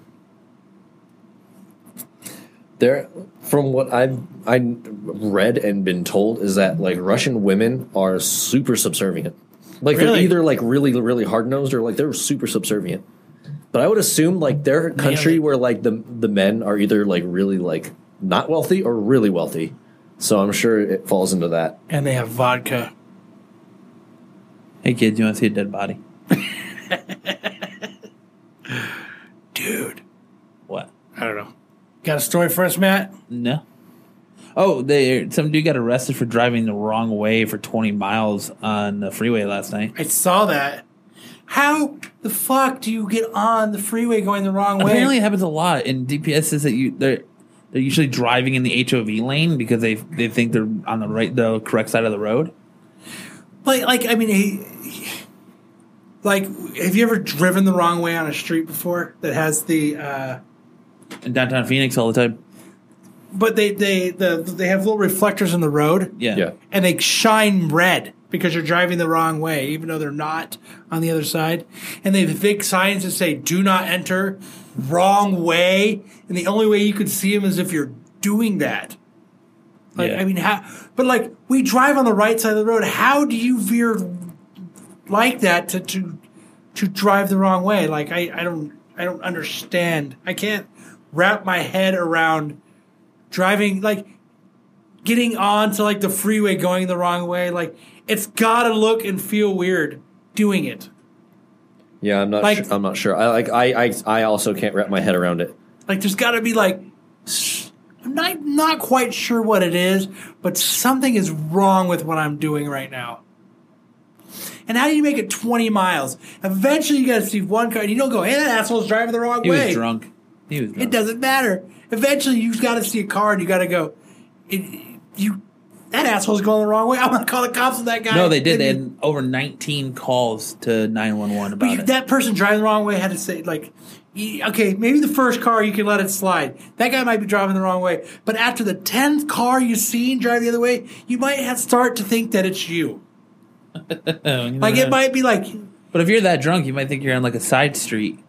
Speaker 4: There, from what I've I read and been told is that like Russian women are super subservient. Like they're
Speaker 3: Really?
Speaker 4: either like really really hard nosed or like they're super subservient. But I would assume like their country
Speaker 3: it.
Speaker 4: where like the the men are either like really like not wealthy or really wealthy. So I'm sure it falls into that.
Speaker 3: And they have vodka.
Speaker 2: Hey kids, you want to see a dead body?
Speaker 3: Dude.
Speaker 2: What?
Speaker 3: Got a story for us, Matt?
Speaker 2: No. Oh, they some dude got arrested for driving the wrong way for 20 miles on the freeway last night.
Speaker 3: I saw that. How the fuck do you get on the freeway going the wrong way?
Speaker 2: Apparently, it happens a lot. And DPS says that you they're they're usually driving in the HOV lane because they they think they're on the right the correct side of the road.
Speaker 3: Like, like I mean, he, he- like, have you ever driven the wrong way on a street before that has the? uh
Speaker 2: in downtown Phoenix all the time.
Speaker 3: But they they the they have little reflectors in the road,
Speaker 2: Yeah.
Speaker 4: Yeah.
Speaker 3: and they shine red because you're driving the wrong way, even though they're not on the other side. And they have big signs that say "Do not enter," wrong way, and the only way you could see them is if you're doing that. Like,
Speaker 2: Yeah.
Speaker 3: I mean, how? But like, we drive on the right side of the road. How do you veer like that to to to drive the wrong way? Like, I I don't I don't understand. I can't wrap my head around driving like getting on to like the freeway going the wrong way like it's gotta look and feel weird doing it
Speaker 4: Yeah, I'm not.
Speaker 3: Like-
Speaker 4: sure, I'm not sure. I like. I, I. I also can't wrap my head around it.
Speaker 3: like there's gotta be like s- i'm not, not quite sure what it is but something is wrong with what i'm doing right now and how do you make it 20 miles eventually you gotta see one car and you don't go hey that asshole's driving the wrong
Speaker 2: He
Speaker 3: way
Speaker 2: was drunk. He was drunk.
Speaker 3: It doesn't matter. Eventually, you've got to see a car and you got to go. It, you that asshole's going the wrong way. I'm gonna call the cops on that guy.
Speaker 2: No, they did. They
Speaker 3: Then
Speaker 2: had over 19 calls to 911
Speaker 3: but
Speaker 2: about
Speaker 3: you,
Speaker 2: it.
Speaker 3: that person driving the wrong way had to say like, y- okay, maybe the first car you can let it slide. That guy might be driving the wrong way, but after the tenth car you've seen drive the other way, you might have start to think that it's you.
Speaker 2: Oh,
Speaker 3: Like it might be like,
Speaker 2: But if you're that drunk, you might think you're on like a side street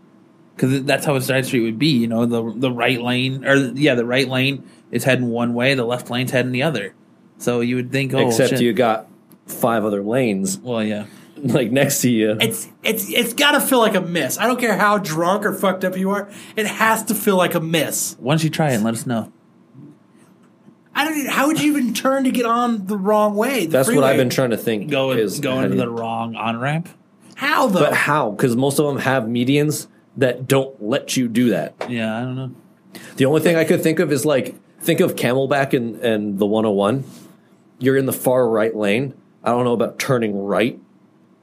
Speaker 2: because that's how a side street would be. You know, the the right lane or yeah, the right lane is heading one way, the left lane's heading the other. So you would think, oh,
Speaker 4: Except
Speaker 2: shit.
Speaker 4: you got five other lanes
Speaker 2: Well, yeah.
Speaker 4: like next to you.
Speaker 3: it's it's it's got to feel like a miss. I don't care how drunk or fucked up you are, it has to feel like a miss.
Speaker 2: Why don't you try it and let us know?
Speaker 3: I don't. even- How would you even turn to get on the wrong way? the
Speaker 4: That's what
Speaker 3: freeway?
Speaker 4: I've been trying to think.
Speaker 2: Go
Speaker 4: is how
Speaker 2: go into
Speaker 4: do you-
Speaker 2: the wrong on ramp.
Speaker 3: How though?
Speaker 4: But how? Because most of them have medians that don't let you do that.
Speaker 2: Yeah, I don't know.
Speaker 4: The only thing I could think of is like think of Camelback and and the 101. You're in the far right lane. I don't know about turning right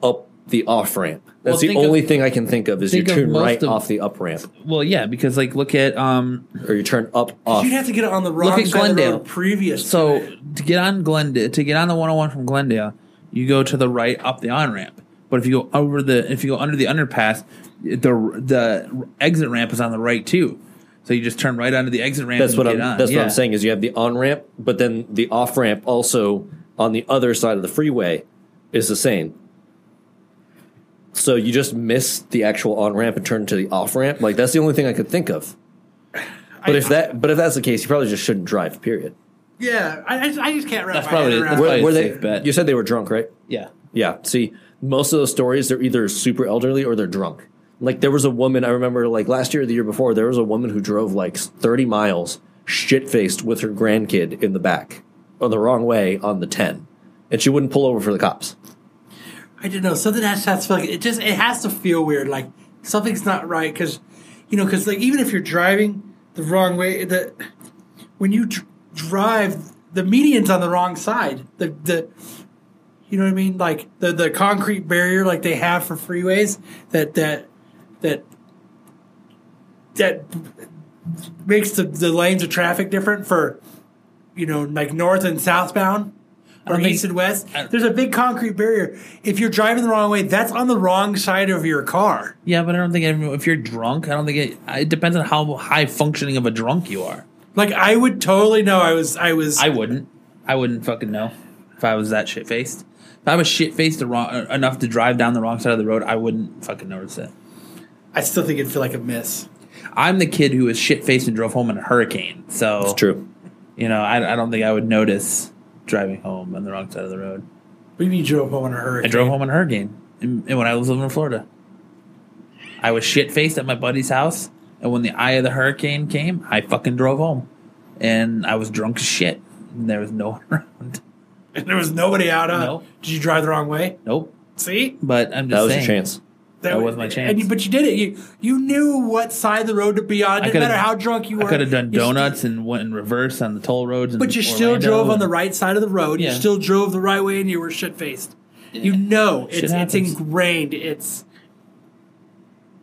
Speaker 4: up the off ramp. That's
Speaker 2: Well,
Speaker 4: the
Speaker 2: think of-
Speaker 4: only thing I can think of is you
Speaker 2: think of
Speaker 4: turn
Speaker 2: most
Speaker 4: right
Speaker 2: of-
Speaker 4: off the up ramp
Speaker 2: Well, yeah, because like look at um
Speaker 4: or you turn up off.
Speaker 3: You'd have to get it on the wrong
Speaker 2: Look at
Speaker 3: side of the
Speaker 2: Glendale.
Speaker 3: road previous.
Speaker 2: So to get on Glendale, to get on the 101 from Glendale, you go to the right up the on ramp. But if you go over the, if you go under the underpass, the the exit ramp is on the right too. So you just turn right onto the exit ramp.
Speaker 4: That's
Speaker 2: and
Speaker 4: what I'm.
Speaker 2: get on.
Speaker 4: That's what
Speaker 2: Yeah.
Speaker 4: I'm saying is you have the on ramp, but then the off ramp also on the other side of the freeway is the same. So you just miss the actual on ramp and turn to the off ramp. Like that's the only thing I could think of. But if that, but if that's the case, you probably just shouldn't drive. Period.
Speaker 3: yeah, I, I just- I just can't wrap
Speaker 2: That's
Speaker 3: my
Speaker 2: probably-
Speaker 3: head around.
Speaker 2: that's
Speaker 3: it.
Speaker 2: probably- a
Speaker 4: they?
Speaker 2: safe bet.
Speaker 4: You said they were drunk, right?
Speaker 2: Yeah.
Speaker 4: Yeah. See, most of those stories, they're either super elderly or they're drunk. Like there was a woman I remember, like last year, or the year before, there was a woman who drove like thirty miles, shit faced, with her grandkid in the back, on the wrong way on the ten, and she wouldn't pull over for the cops.
Speaker 3: I didn't know something has, has to feel like it just it has to feel weird. Like something's not right because you know because like even if you're driving the wrong way, the when you dr- drive the median's on the wrong side. The the you know what I mean? Like the the concrete barrier like they have for freeways that that that that makes the, the lanes of traffic different for you know like north and southbound or
Speaker 2: don't
Speaker 3: east
Speaker 2: think-
Speaker 3: and west
Speaker 2: I don't-
Speaker 3: there's a big concrete barrier if you're driving the wrong way that's on the wrong side of your car
Speaker 2: Yeah, but I don't think everyone, if you're drunk, I don't think it. It depends on how high functioning of a drunk you are.
Speaker 3: like i would totally know i was i was
Speaker 2: I wouldn't. I wouldn't fucking know if I was that shit faced. If I was shit faced enough to drive down the wrong side of the road, I wouldn't fucking notice it.
Speaker 3: i still think it'd feel like a miss
Speaker 2: I'm the kid who was shit faced and drove home in a hurricane. So
Speaker 4: It's true.
Speaker 2: You know, I, I don't think I would notice driving home on the wrong side of the road.
Speaker 3: we need drove home in a
Speaker 2: I
Speaker 3: hurricane
Speaker 2: drove home in a hurricane in, in- when I was living in Florida. I was shit faced at my buddy's house, and when the eye of the hurricane came, I fucking drove home, and I was drunk as shit. And there was no one around.
Speaker 3: and there was nobody out huh?
Speaker 2: No.
Speaker 3: did you drive the wrong way
Speaker 2: Nope.
Speaker 3: see
Speaker 2: But I'm just
Speaker 4: That was
Speaker 2: saying,
Speaker 4: your chance.
Speaker 2: That was my chance.
Speaker 3: And you, but you did it. You you knew what side of the road to be on. Didn't
Speaker 2: coulda-
Speaker 3: matter how drunk you were.
Speaker 2: I could have done
Speaker 3: You st-
Speaker 2: donuts and went in reverse on the toll roads. in
Speaker 3: but you still
Speaker 2: Orlando
Speaker 3: drove on
Speaker 2: and-
Speaker 3: the right side of the road.
Speaker 2: Yeah.
Speaker 3: You still drove the right way, and you were shit faced. You know, it's it's
Speaker 2: happens.
Speaker 3: ingrained. It's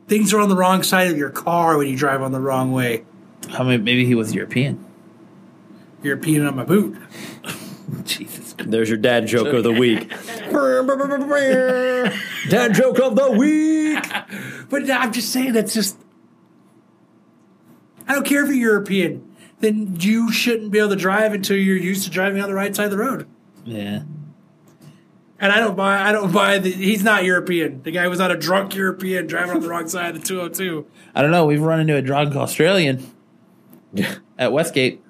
Speaker 3: things are on the wrong side of your car when you drive on the wrong way.
Speaker 2: I mean, maybe he was European.
Speaker 3: You're peeing on my boot.
Speaker 2: Jesus.
Speaker 4: There's your dad joke of the week. dad joke of the week.
Speaker 3: But I'm just saying that's just. I don't care if you're European. Then you shouldn't be able to drive until you're used to driving on the right side of the road.
Speaker 2: Yeah.
Speaker 3: And I don't buy. I don't buy the. He's not European. The guy was not a drunk European driving on the wrong side of the 202.
Speaker 2: I don't know. We've run into a drunk Australian at Westgate.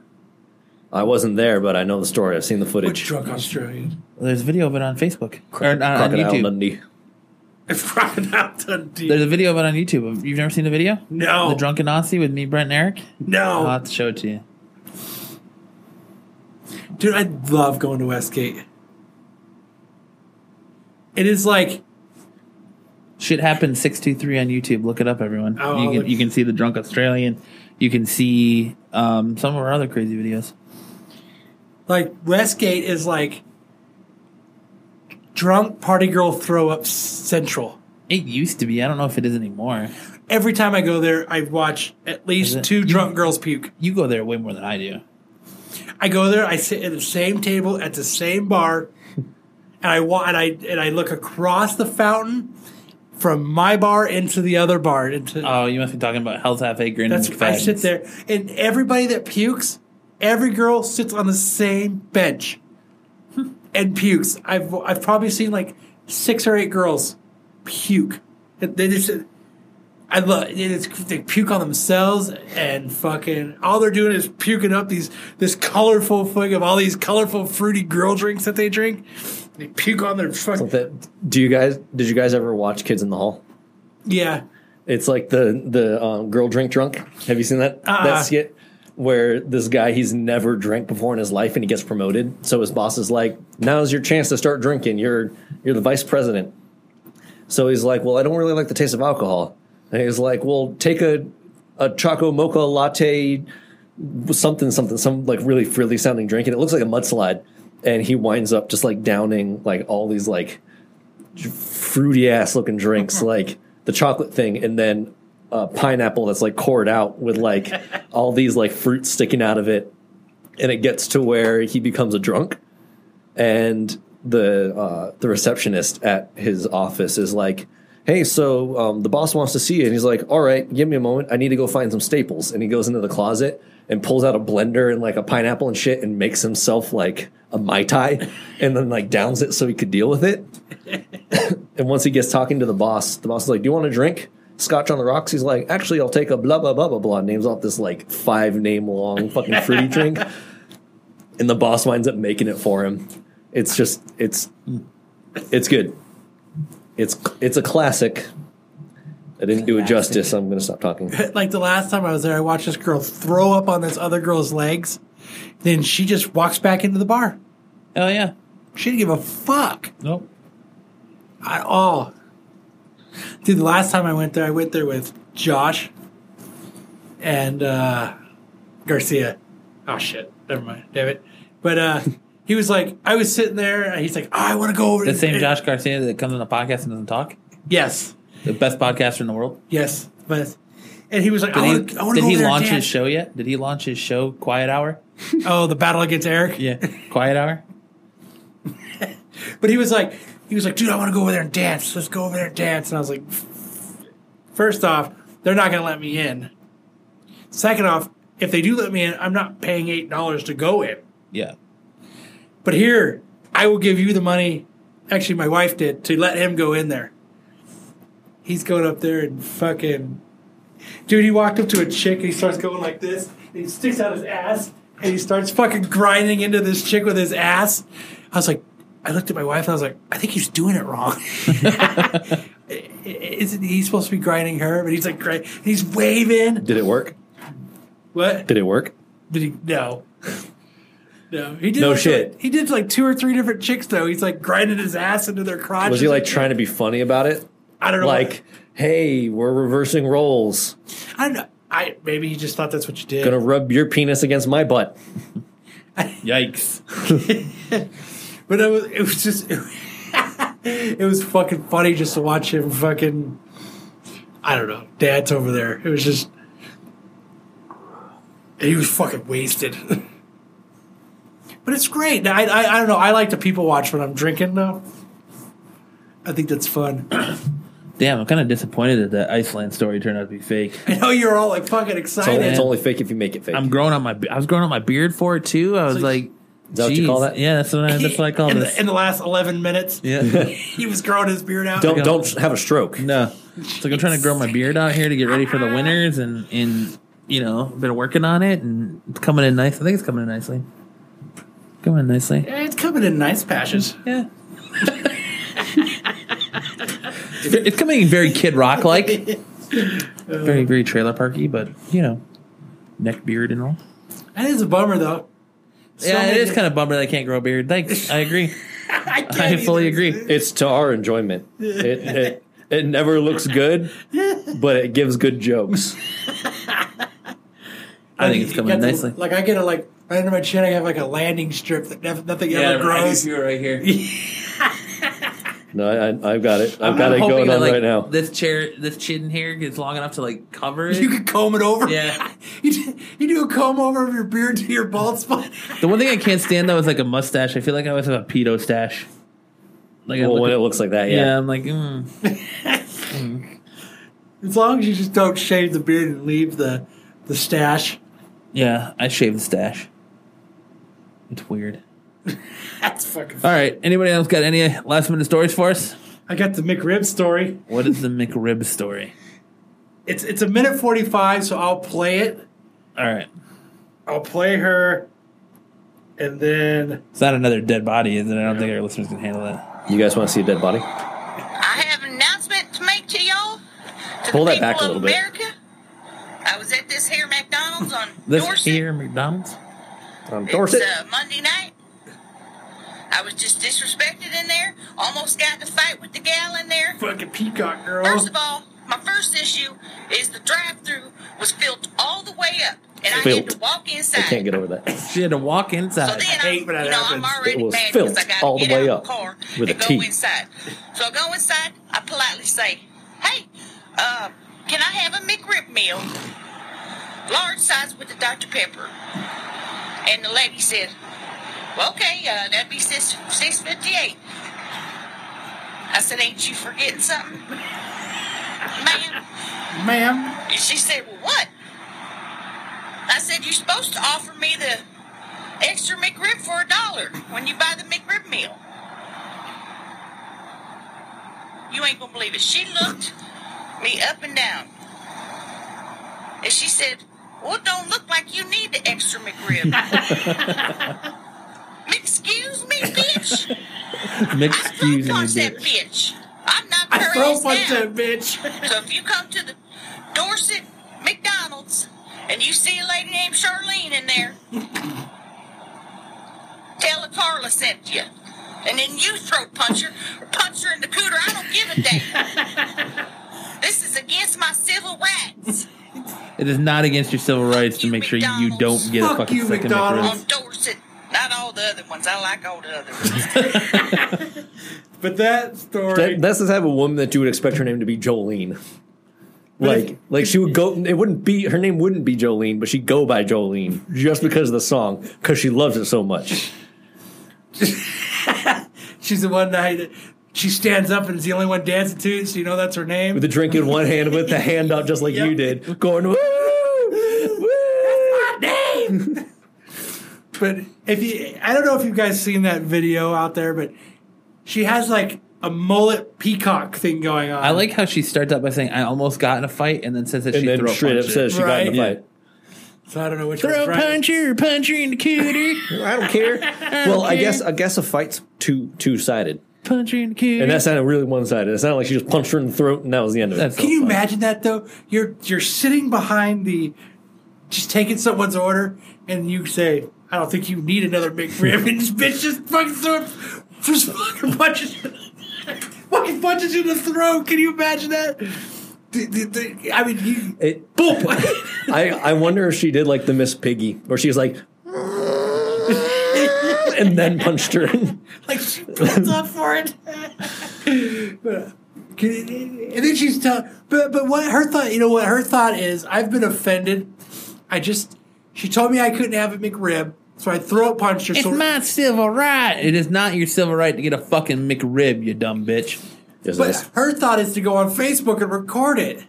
Speaker 4: I wasn't there, but I know the story. I've seen the
Speaker 3: Which
Speaker 4: footage.
Speaker 3: drunk Australian?
Speaker 2: There's video of it on Facebook or uh, on, on
Speaker 4: Crocodile
Speaker 2: YouTube.
Speaker 4: Dundee.
Speaker 3: It's Crocodile Dundee.
Speaker 2: There's a video of it on YouTube. You've never seen the video?
Speaker 3: no,
Speaker 2: The drunken Aussie with me, Brent, and Eric.
Speaker 3: no,
Speaker 2: I'll have to show it to you.
Speaker 3: dude. I love going to Westgate. It is like
Speaker 2: Shit happened six two three on YouTube. Look it up, everyone.
Speaker 3: Oh, I'll
Speaker 2: you
Speaker 3: look.
Speaker 2: can you can see the drunk Australian. You can see um, some of our other crazy videos.
Speaker 3: like Westgate is like drunk party girl throw up central.
Speaker 2: It used to be. I don't know if it is anymore.
Speaker 3: Every time I go there, I watch at
Speaker 2: Is
Speaker 3: least
Speaker 2: it-
Speaker 3: two drunk girls puke.
Speaker 2: You go there way more than I do.
Speaker 3: I go there, I sit at the same table at the same bar, and I wa- and I and I look across the fountain from my bar into the other bar. Into
Speaker 2: Oh, you must be talking about Hell's Half Acre. and
Speaker 3: that's I
Speaker 2: McFadden's.
Speaker 3: sit there, and everybody that pukes, every girl sits on the same bench and pukes. I've I've probably seen like six or eight girls puke. They just. I love it. It's, they puke on themselves and fucking all they're doing is puking up these this colorful thing of all these colorful fruity girl drinks that they drink. They puke on their fucking
Speaker 4: That, do you guys? Did you guys ever watch Kids in the Hall?
Speaker 3: yeah.
Speaker 4: It's like the the um, girl drink drunk. Have you seen that that skit where this guy he's never drank before in his life and he gets promoted? So his boss is like, "Now's your chance to start drinking. You're you're the vice president." So he's like, "Well, I don't really like the taste of alcohol." And he's like, "Well, take a a choco mocha latte, something something some like really frilly sounding drink, and it looks like a mudslide." And he winds up just like downing like all these like fruity ass looking drinks like the chocolate thing and then uh, pineapple that's like cored out with like all these like fruits sticking out of it and it gets to where he becomes a drunk and the uh, the receptionist at his office is like hey so um, the boss wants to see you and he's like all right give me a moment i need to go find some staples and he goes into the closet and pulls out a blender and like a pineapple and shit and makes himself like a mai tai and then like downs it so he could deal with it and once he gets talking to the boss, the boss is like, "Do you want a drink?" Scotch on the rocks. He's like, "Actually, I'll take a blah blah blah blah blah." Names off this like five name long fucking fruity drink, and the boss winds up making it for him. It's just it's it's good. It's it's a classic. I didn't do it justice. I'm going to stop talking.
Speaker 3: like the last time I was there, I watched this girl throw up on this other girl's legs. Then she just walks back into the bar.
Speaker 2: Oh yeah.
Speaker 3: She didn't give a fuck
Speaker 2: Nope.
Speaker 3: at all. Dude, the last time I went there, I went there with Josh and uh, Garcia. Oh shit, never mind, damn it. But uh, he was like, I was sitting there, and he's like, "Oh, I want to go over
Speaker 2: The
Speaker 3: to-
Speaker 2: same Josh Garcia that comes on the podcast and doesn't talk.
Speaker 3: Yes,
Speaker 2: The best podcaster in the world.
Speaker 3: yes, but. And he was like,
Speaker 2: Did
Speaker 3: I
Speaker 2: he,
Speaker 3: want to go over
Speaker 2: did he
Speaker 3: there and
Speaker 2: launch his
Speaker 3: dance."
Speaker 2: show yet? Did he launch his show Quiet Hour?
Speaker 3: Oh, the battle against Eric.
Speaker 2: Yeah, Quiet Hour.
Speaker 3: But he was like, he was like, dude, I want to go over there and dance. Let's go over there and dance. And I was like, first off, they're not going to let me in. Second off, if they do let me in, I'm not paying eight dollars to go in.
Speaker 2: Yeah.
Speaker 3: But here, I will give you the money. Actually, my wife did to let him go in there. He's going up there and fucking, dude. He walked up to a chick and he starts going like this. And he sticks out his ass and he starts fucking grinding into this chick with his ass. I was like, I looked at my wife and I was like, I think he's doing it wrong. Isn't he supposed to be grinding her? But he's like, grind- and he's waving.
Speaker 4: Did it work?
Speaker 3: What?
Speaker 4: Did it work?
Speaker 3: Did he? No. No, he did.
Speaker 4: No
Speaker 3: like,
Speaker 4: shit.
Speaker 3: he did like two or three different chicks though. He's like grinding his ass into their crotch.
Speaker 4: Was he like trying to be funny about it?
Speaker 3: I don't know.
Speaker 4: Like, hey, we're reversing roles.
Speaker 3: what- I don't know. I maybe you just thought that's what you did.
Speaker 4: Gonna rub your penis against my butt.
Speaker 2: Yikes.
Speaker 3: But it was, it was just, it was fucking funny just to watch him fucking, I don't know, dance over there. It was just, he was fucking wasted. but it's great. I, I, I don't know. I like to people watch when I'm drinking, though. I think that's fun.
Speaker 2: Damn, I'm kind of disappointed that that Iceland story turned out to be fake.
Speaker 3: I know you're all like fucking
Speaker 4: It's only,
Speaker 3: excited.
Speaker 4: it's only fake if you make it fake.
Speaker 2: I'm growing out my. I was growing out my beard for it too. I was
Speaker 3: So-
Speaker 2: like,
Speaker 4: Is that what you call
Speaker 2: "Jeez."
Speaker 4: that?
Speaker 2: Yeah, that's what I, that's what I call
Speaker 3: in,
Speaker 2: this.
Speaker 3: The, in the last 11 minutes,
Speaker 2: yeah,
Speaker 3: he was growing his beard out.
Speaker 4: don't don't have a stroke.
Speaker 2: no. It's like I'm trying to grow my beard out here to get ready for the winters, and and you know, been working on it, and it's coming in nice. I think it's coming in nicely. Coming in nicely.
Speaker 3: Eh, It's coming in nice patches.
Speaker 2: Yeah. it's coming very Kid Rock like, very very trailer parky, but you know, neck beard and all.
Speaker 3: That is a bummer, though.
Speaker 2: yeah, it
Speaker 3: many-
Speaker 2: is kind of bummer that I can't grow a beard. Thanks, I agree.
Speaker 3: I, can't
Speaker 2: I fully
Speaker 3: either.
Speaker 2: agree.
Speaker 4: It's to our enjoyment. It, it, it never looks good, but it gives good jokes.
Speaker 2: I think it's
Speaker 3: You
Speaker 2: coming
Speaker 3: got
Speaker 2: in
Speaker 3: the-
Speaker 2: nicely.
Speaker 3: like I get a like right under my chin, I have like a landing strip that nev- nothing ever grows.
Speaker 2: right here.
Speaker 4: No, I, I- I've got it. I've got it going on right now.
Speaker 2: This chair, this chin hair gets long enough to like cover it.
Speaker 3: You can comb it over.
Speaker 2: Yeah.
Speaker 3: you, do- you do a comb over of your beard to your bald spot.
Speaker 2: the one thing I can't stand though is like a mustache. I feel like I always have a pedo stash. Like I
Speaker 4: Well,
Speaker 2: look
Speaker 4: when
Speaker 2: at-
Speaker 4: it looks like that,
Speaker 2: yeah.
Speaker 4: yeah.
Speaker 2: I'm like, mm.
Speaker 3: As long as you just don't shave the beard and leave the the stash.
Speaker 2: yeah, I shave the stash. It's weird.
Speaker 3: That's fucking.
Speaker 2: All right, anybody else got any last minute stories for us?
Speaker 3: I got the McRib story.
Speaker 2: What is the McRib story?
Speaker 3: It's it's a minute forty five, so I'll play it.
Speaker 2: All right,
Speaker 3: I'll play her, and then
Speaker 2: it's not another dead body, is it? I don't think our listeners can handle that.
Speaker 4: You guys want to see a dead body?
Speaker 6: I have an announcement to make to y'all. To
Speaker 4: Pull
Speaker 6: the
Speaker 4: that back
Speaker 6: people
Speaker 4: a
Speaker 6: of
Speaker 4: little bit.
Speaker 6: America. I was at this here McDonald's on
Speaker 2: This
Speaker 6: Dorset.
Speaker 2: here McDonald's.
Speaker 4: Um,
Speaker 6: It's
Speaker 4: Dorset.
Speaker 6: uh, Monday night. I was just disrespected in there. Almost got in a fight with the gal in there.
Speaker 3: fucking peacock girl.
Speaker 6: First of all, my first issue is the drive-through was filled all the way up, and I had
Speaker 4: Filled.
Speaker 6: to walk
Speaker 4: I
Speaker 6: inside.
Speaker 4: can't get over that.
Speaker 2: She had to walk
Speaker 6: So
Speaker 2: inside.
Speaker 3: I
Speaker 6: then
Speaker 3: hate when that
Speaker 6: you know,
Speaker 3: happens.
Speaker 6: I'm already
Speaker 4: It was
Speaker 6: mad 'cause I
Speaker 4: filled
Speaker 6: gotta
Speaker 4: all the
Speaker 6: get
Speaker 4: way
Speaker 6: out
Speaker 4: up
Speaker 6: of the car
Speaker 4: with a
Speaker 6: and go
Speaker 4: T.
Speaker 6: inside. So I go inside. I politely say, "Hey, uh, can I have a McRib meal, large size with the Dr Pepper?" And the lady said, "Well, okay, uh, that'd be six six fifty eight. I said, "Ain't you forgetting something, ma'am?"
Speaker 3: ma'am,
Speaker 6: And she said, Well, what? I said, You're supposed to offer me the extra McRib for a dollar when you buy the McRib meal. You ain't gonna believe it. She looked me up and down. And she said, Well, it don't look like you need the extra McRib. Excuse me, bitch.
Speaker 2: Excuse me,
Speaker 6: I throw that
Speaker 2: bitch.
Speaker 6: bitch. I'm not
Speaker 3: I
Speaker 6: her
Speaker 3: throw
Speaker 6: ass
Speaker 3: punch that
Speaker 6: down.
Speaker 3: bitch.
Speaker 6: So if you come to the Dorset McDonald's and you see a lady named Charlene in there, tell her Carla sent you. And then you throat punch her, or punch her in the cooter. I don't give a damn. this is against my civil rights
Speaker 2: It is not against your civil rights to
Speaker 6: you,
Speaker 2: make sure you
Speaker 6: McDonald's.
Speaker 2: don't get a
Speaker 3: Fuck
Speaker 2: fucking
Speaker 3: you,
Speaker 2: second
Speaker 3: McDonald's.
Speaker 6: on
Speaker 2: McRib.
Speaker 6: Dorset. Not all the other ones. I like all the other ones.
Speaker 3: But that story.
Speaker 4: That, that's the type of woman that you would expect her name to be Jolene. Like, like she would go. It wouldn't be her name. Wouldn't be Jolene, but she'd go by Jolene just because of the song, because she loves it so much.
Speaker 3: She's the one night she stands up and is the only one dancing to it, so you know that's her name.
Speaker 4: With the drink in one hand, with the hand up, just like you
Speaker 3: Yep.
Speaker 4: did, going woo, woo.
Speaker 3: name. but if you, I don't know if you guys seen that video out there, but she has like a mullet peacock thing going on.
Speaker 2: I like how she starts out by saying, "I almost got in a fight," and then says that
Speaker 4: And
Speaker 2: she
Speaker 4: then
Speaker 2: throat
Speaker 4: straight up
Speaker 2: punched.
Speaker 4: says she got in a
Speaker 3: Right.
Speaker 4: fight.
Speaker 3: So I don't know which one's right.
Speaker 2: puncher, puncher in the cooter,
Speaker 4: I don't care. well, I guess I guess a fight's two two sided,
Speaker 2: puncher in the cooter.
Speaker 4: and that sounded really one sided. It sounded like she just punched her in the throat, and that was the end of it.
Speaker 2: That's
Speaker 3: Can
Speaker 2: so
Speaker 3: you
Speaker 2: funny.
Speaker 3: imagine that though? You're you're sitting behind the, just taking someone's order, and you say, "I don't think you need another McRib," and this bitch just fucking throw, just fucking punches. Why fucking punches you in the throat. Can you imagine that? The- the- the- I mean, you,
Speaker 4: It-
Speaker 3: boop.
Speaker 4: I, I wonder if she did like the Miss Piggy, where she was like, and then punched her.
Speaker 3: like she built up for it. but, and then she's telling, but but what her thought? You know what her thought is? I've been offended. I just she told me I couldn't have a McRib, so I throat punched her.
Speaker 2: It's
Speaker 3: so
Speaker 2: my civil right. It is not your civil right to get a fucking McRib, you dumb bitch.
Speaker 4: Yes,
Speaker 3: but
Speaker 4: yes.
Speaker 3: her thought is to go on Facebook and record it.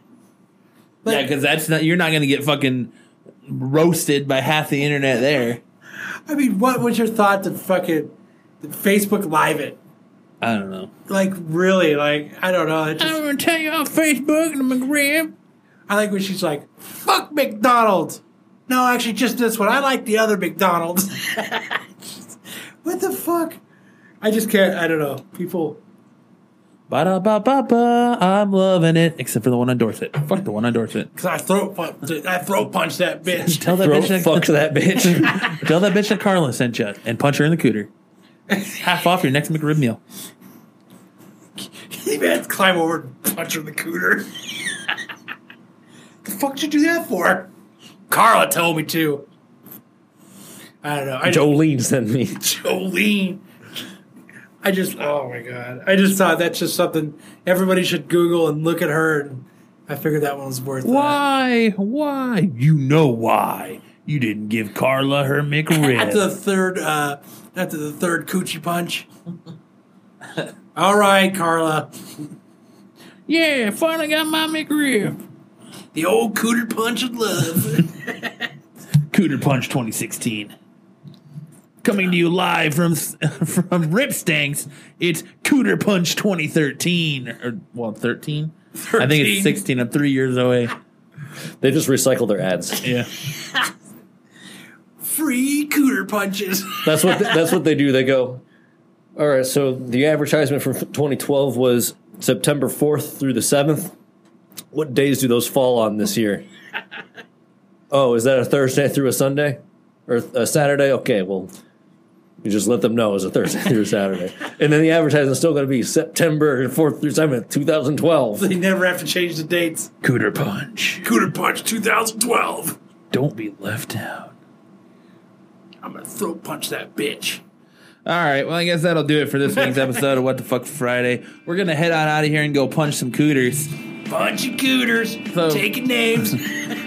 Speaker 3: But-
Speaker 2: Yeah, because that's not you're not going to get fucking roasted by half the internet there.
Speaker 3: I mean, what was your thought to fucking Facebook Live it?
Speaker 2: I don't know.
Speaker 3: Like really? Like I don't know. It just,
Speaker 2: going to tell you on Facebook and McRib.
Speaker 3: I like when she's like, "Fuck McDonald's." No, actually, just this one. I like the other McDonald's. what the fuck? I just can't. I don't know. People.
Speaker 2: Ba da ba ba ba. I'm loving it, except for the one on Dorset. Fuck the one on Dorset.
Speaker 3: Cause I throat punch, I throat punch that bitch.
Speaker 2: Tell that
Speaker 4: Throat
Speaker 2: bitch that,
Speaker 4: fuck that bitch.
Speaker 2: tell that bitch that Carla sent you and punch her in the cooter. Half off your next McRib meal.
Speaker 3: He man, climb over and punch her in the cooter. the fuck did you do that for? Carla told me to. I don't know. I just,
Speaker 4: Jolene sent me.
Speaker 3: Jolene. I just, oh my god! I just thought that's just something everybody should Google and look at her, and I figured that one was worth. That.
Speaker 2: Why? Why? You know why? You didn't give Carla her
Speaker 3: After the
Speaker 2: McRib.
Speaker 3: third, uh, after the third coochie punch. All right, Carla,
Speaker 2: yeah, finally got my McRib.
Speaker 3: the old Oh, cooter punch of love.
Speaker 2: Cooter Punch 2016. Coming to you live from from Rip Stanks. It's Cooter Punch 2013 or well 13. I think it's
Speaker 3: 13.
Speaker 2: 16. I'm three years away.
Speaker 4: They just recycle their ads.
Speaker 2: Yeah.
Speaker 3: Free cooter punches.
Speaker 4: That's what that's what they do. They go, all right. So the advertisement from 2012 was September 4th through the 7th. What days do those fall on this year? Oh, is that a Thursday through a Sunday or a Saturday? Okay, well, you just let them know it's a Thursday through a Saturday, and then the advertisement's still going to be September 4th through 7th, 2012.
Speaker 3: they never have to change the dates.
Speaker 2: Cooter Punch.
Speaker 3: Cooter punch 2012.
Speaker 2: Don't be left out.
Speaker 3: I'm gonna throat punch that bitch.
Speaker 2: All right. Well, I guess that'll do it for this week's episode of What the Fuck Friday. We're going to head on out of here and go punch some cooters.
Speaker 3: Bunch of cooters,
Speaker 2: So-
Speaker 3: taking names.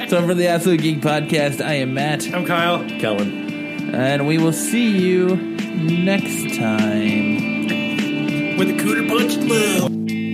Speaker 2: So, for the Absolute Geek Podcast, I am Matt,
Speaker 3: I'm Kyle.
Speaker 4: Kellen.
Speaker 2: and we will see you next time.
Speaker 3: with the cooter punch love.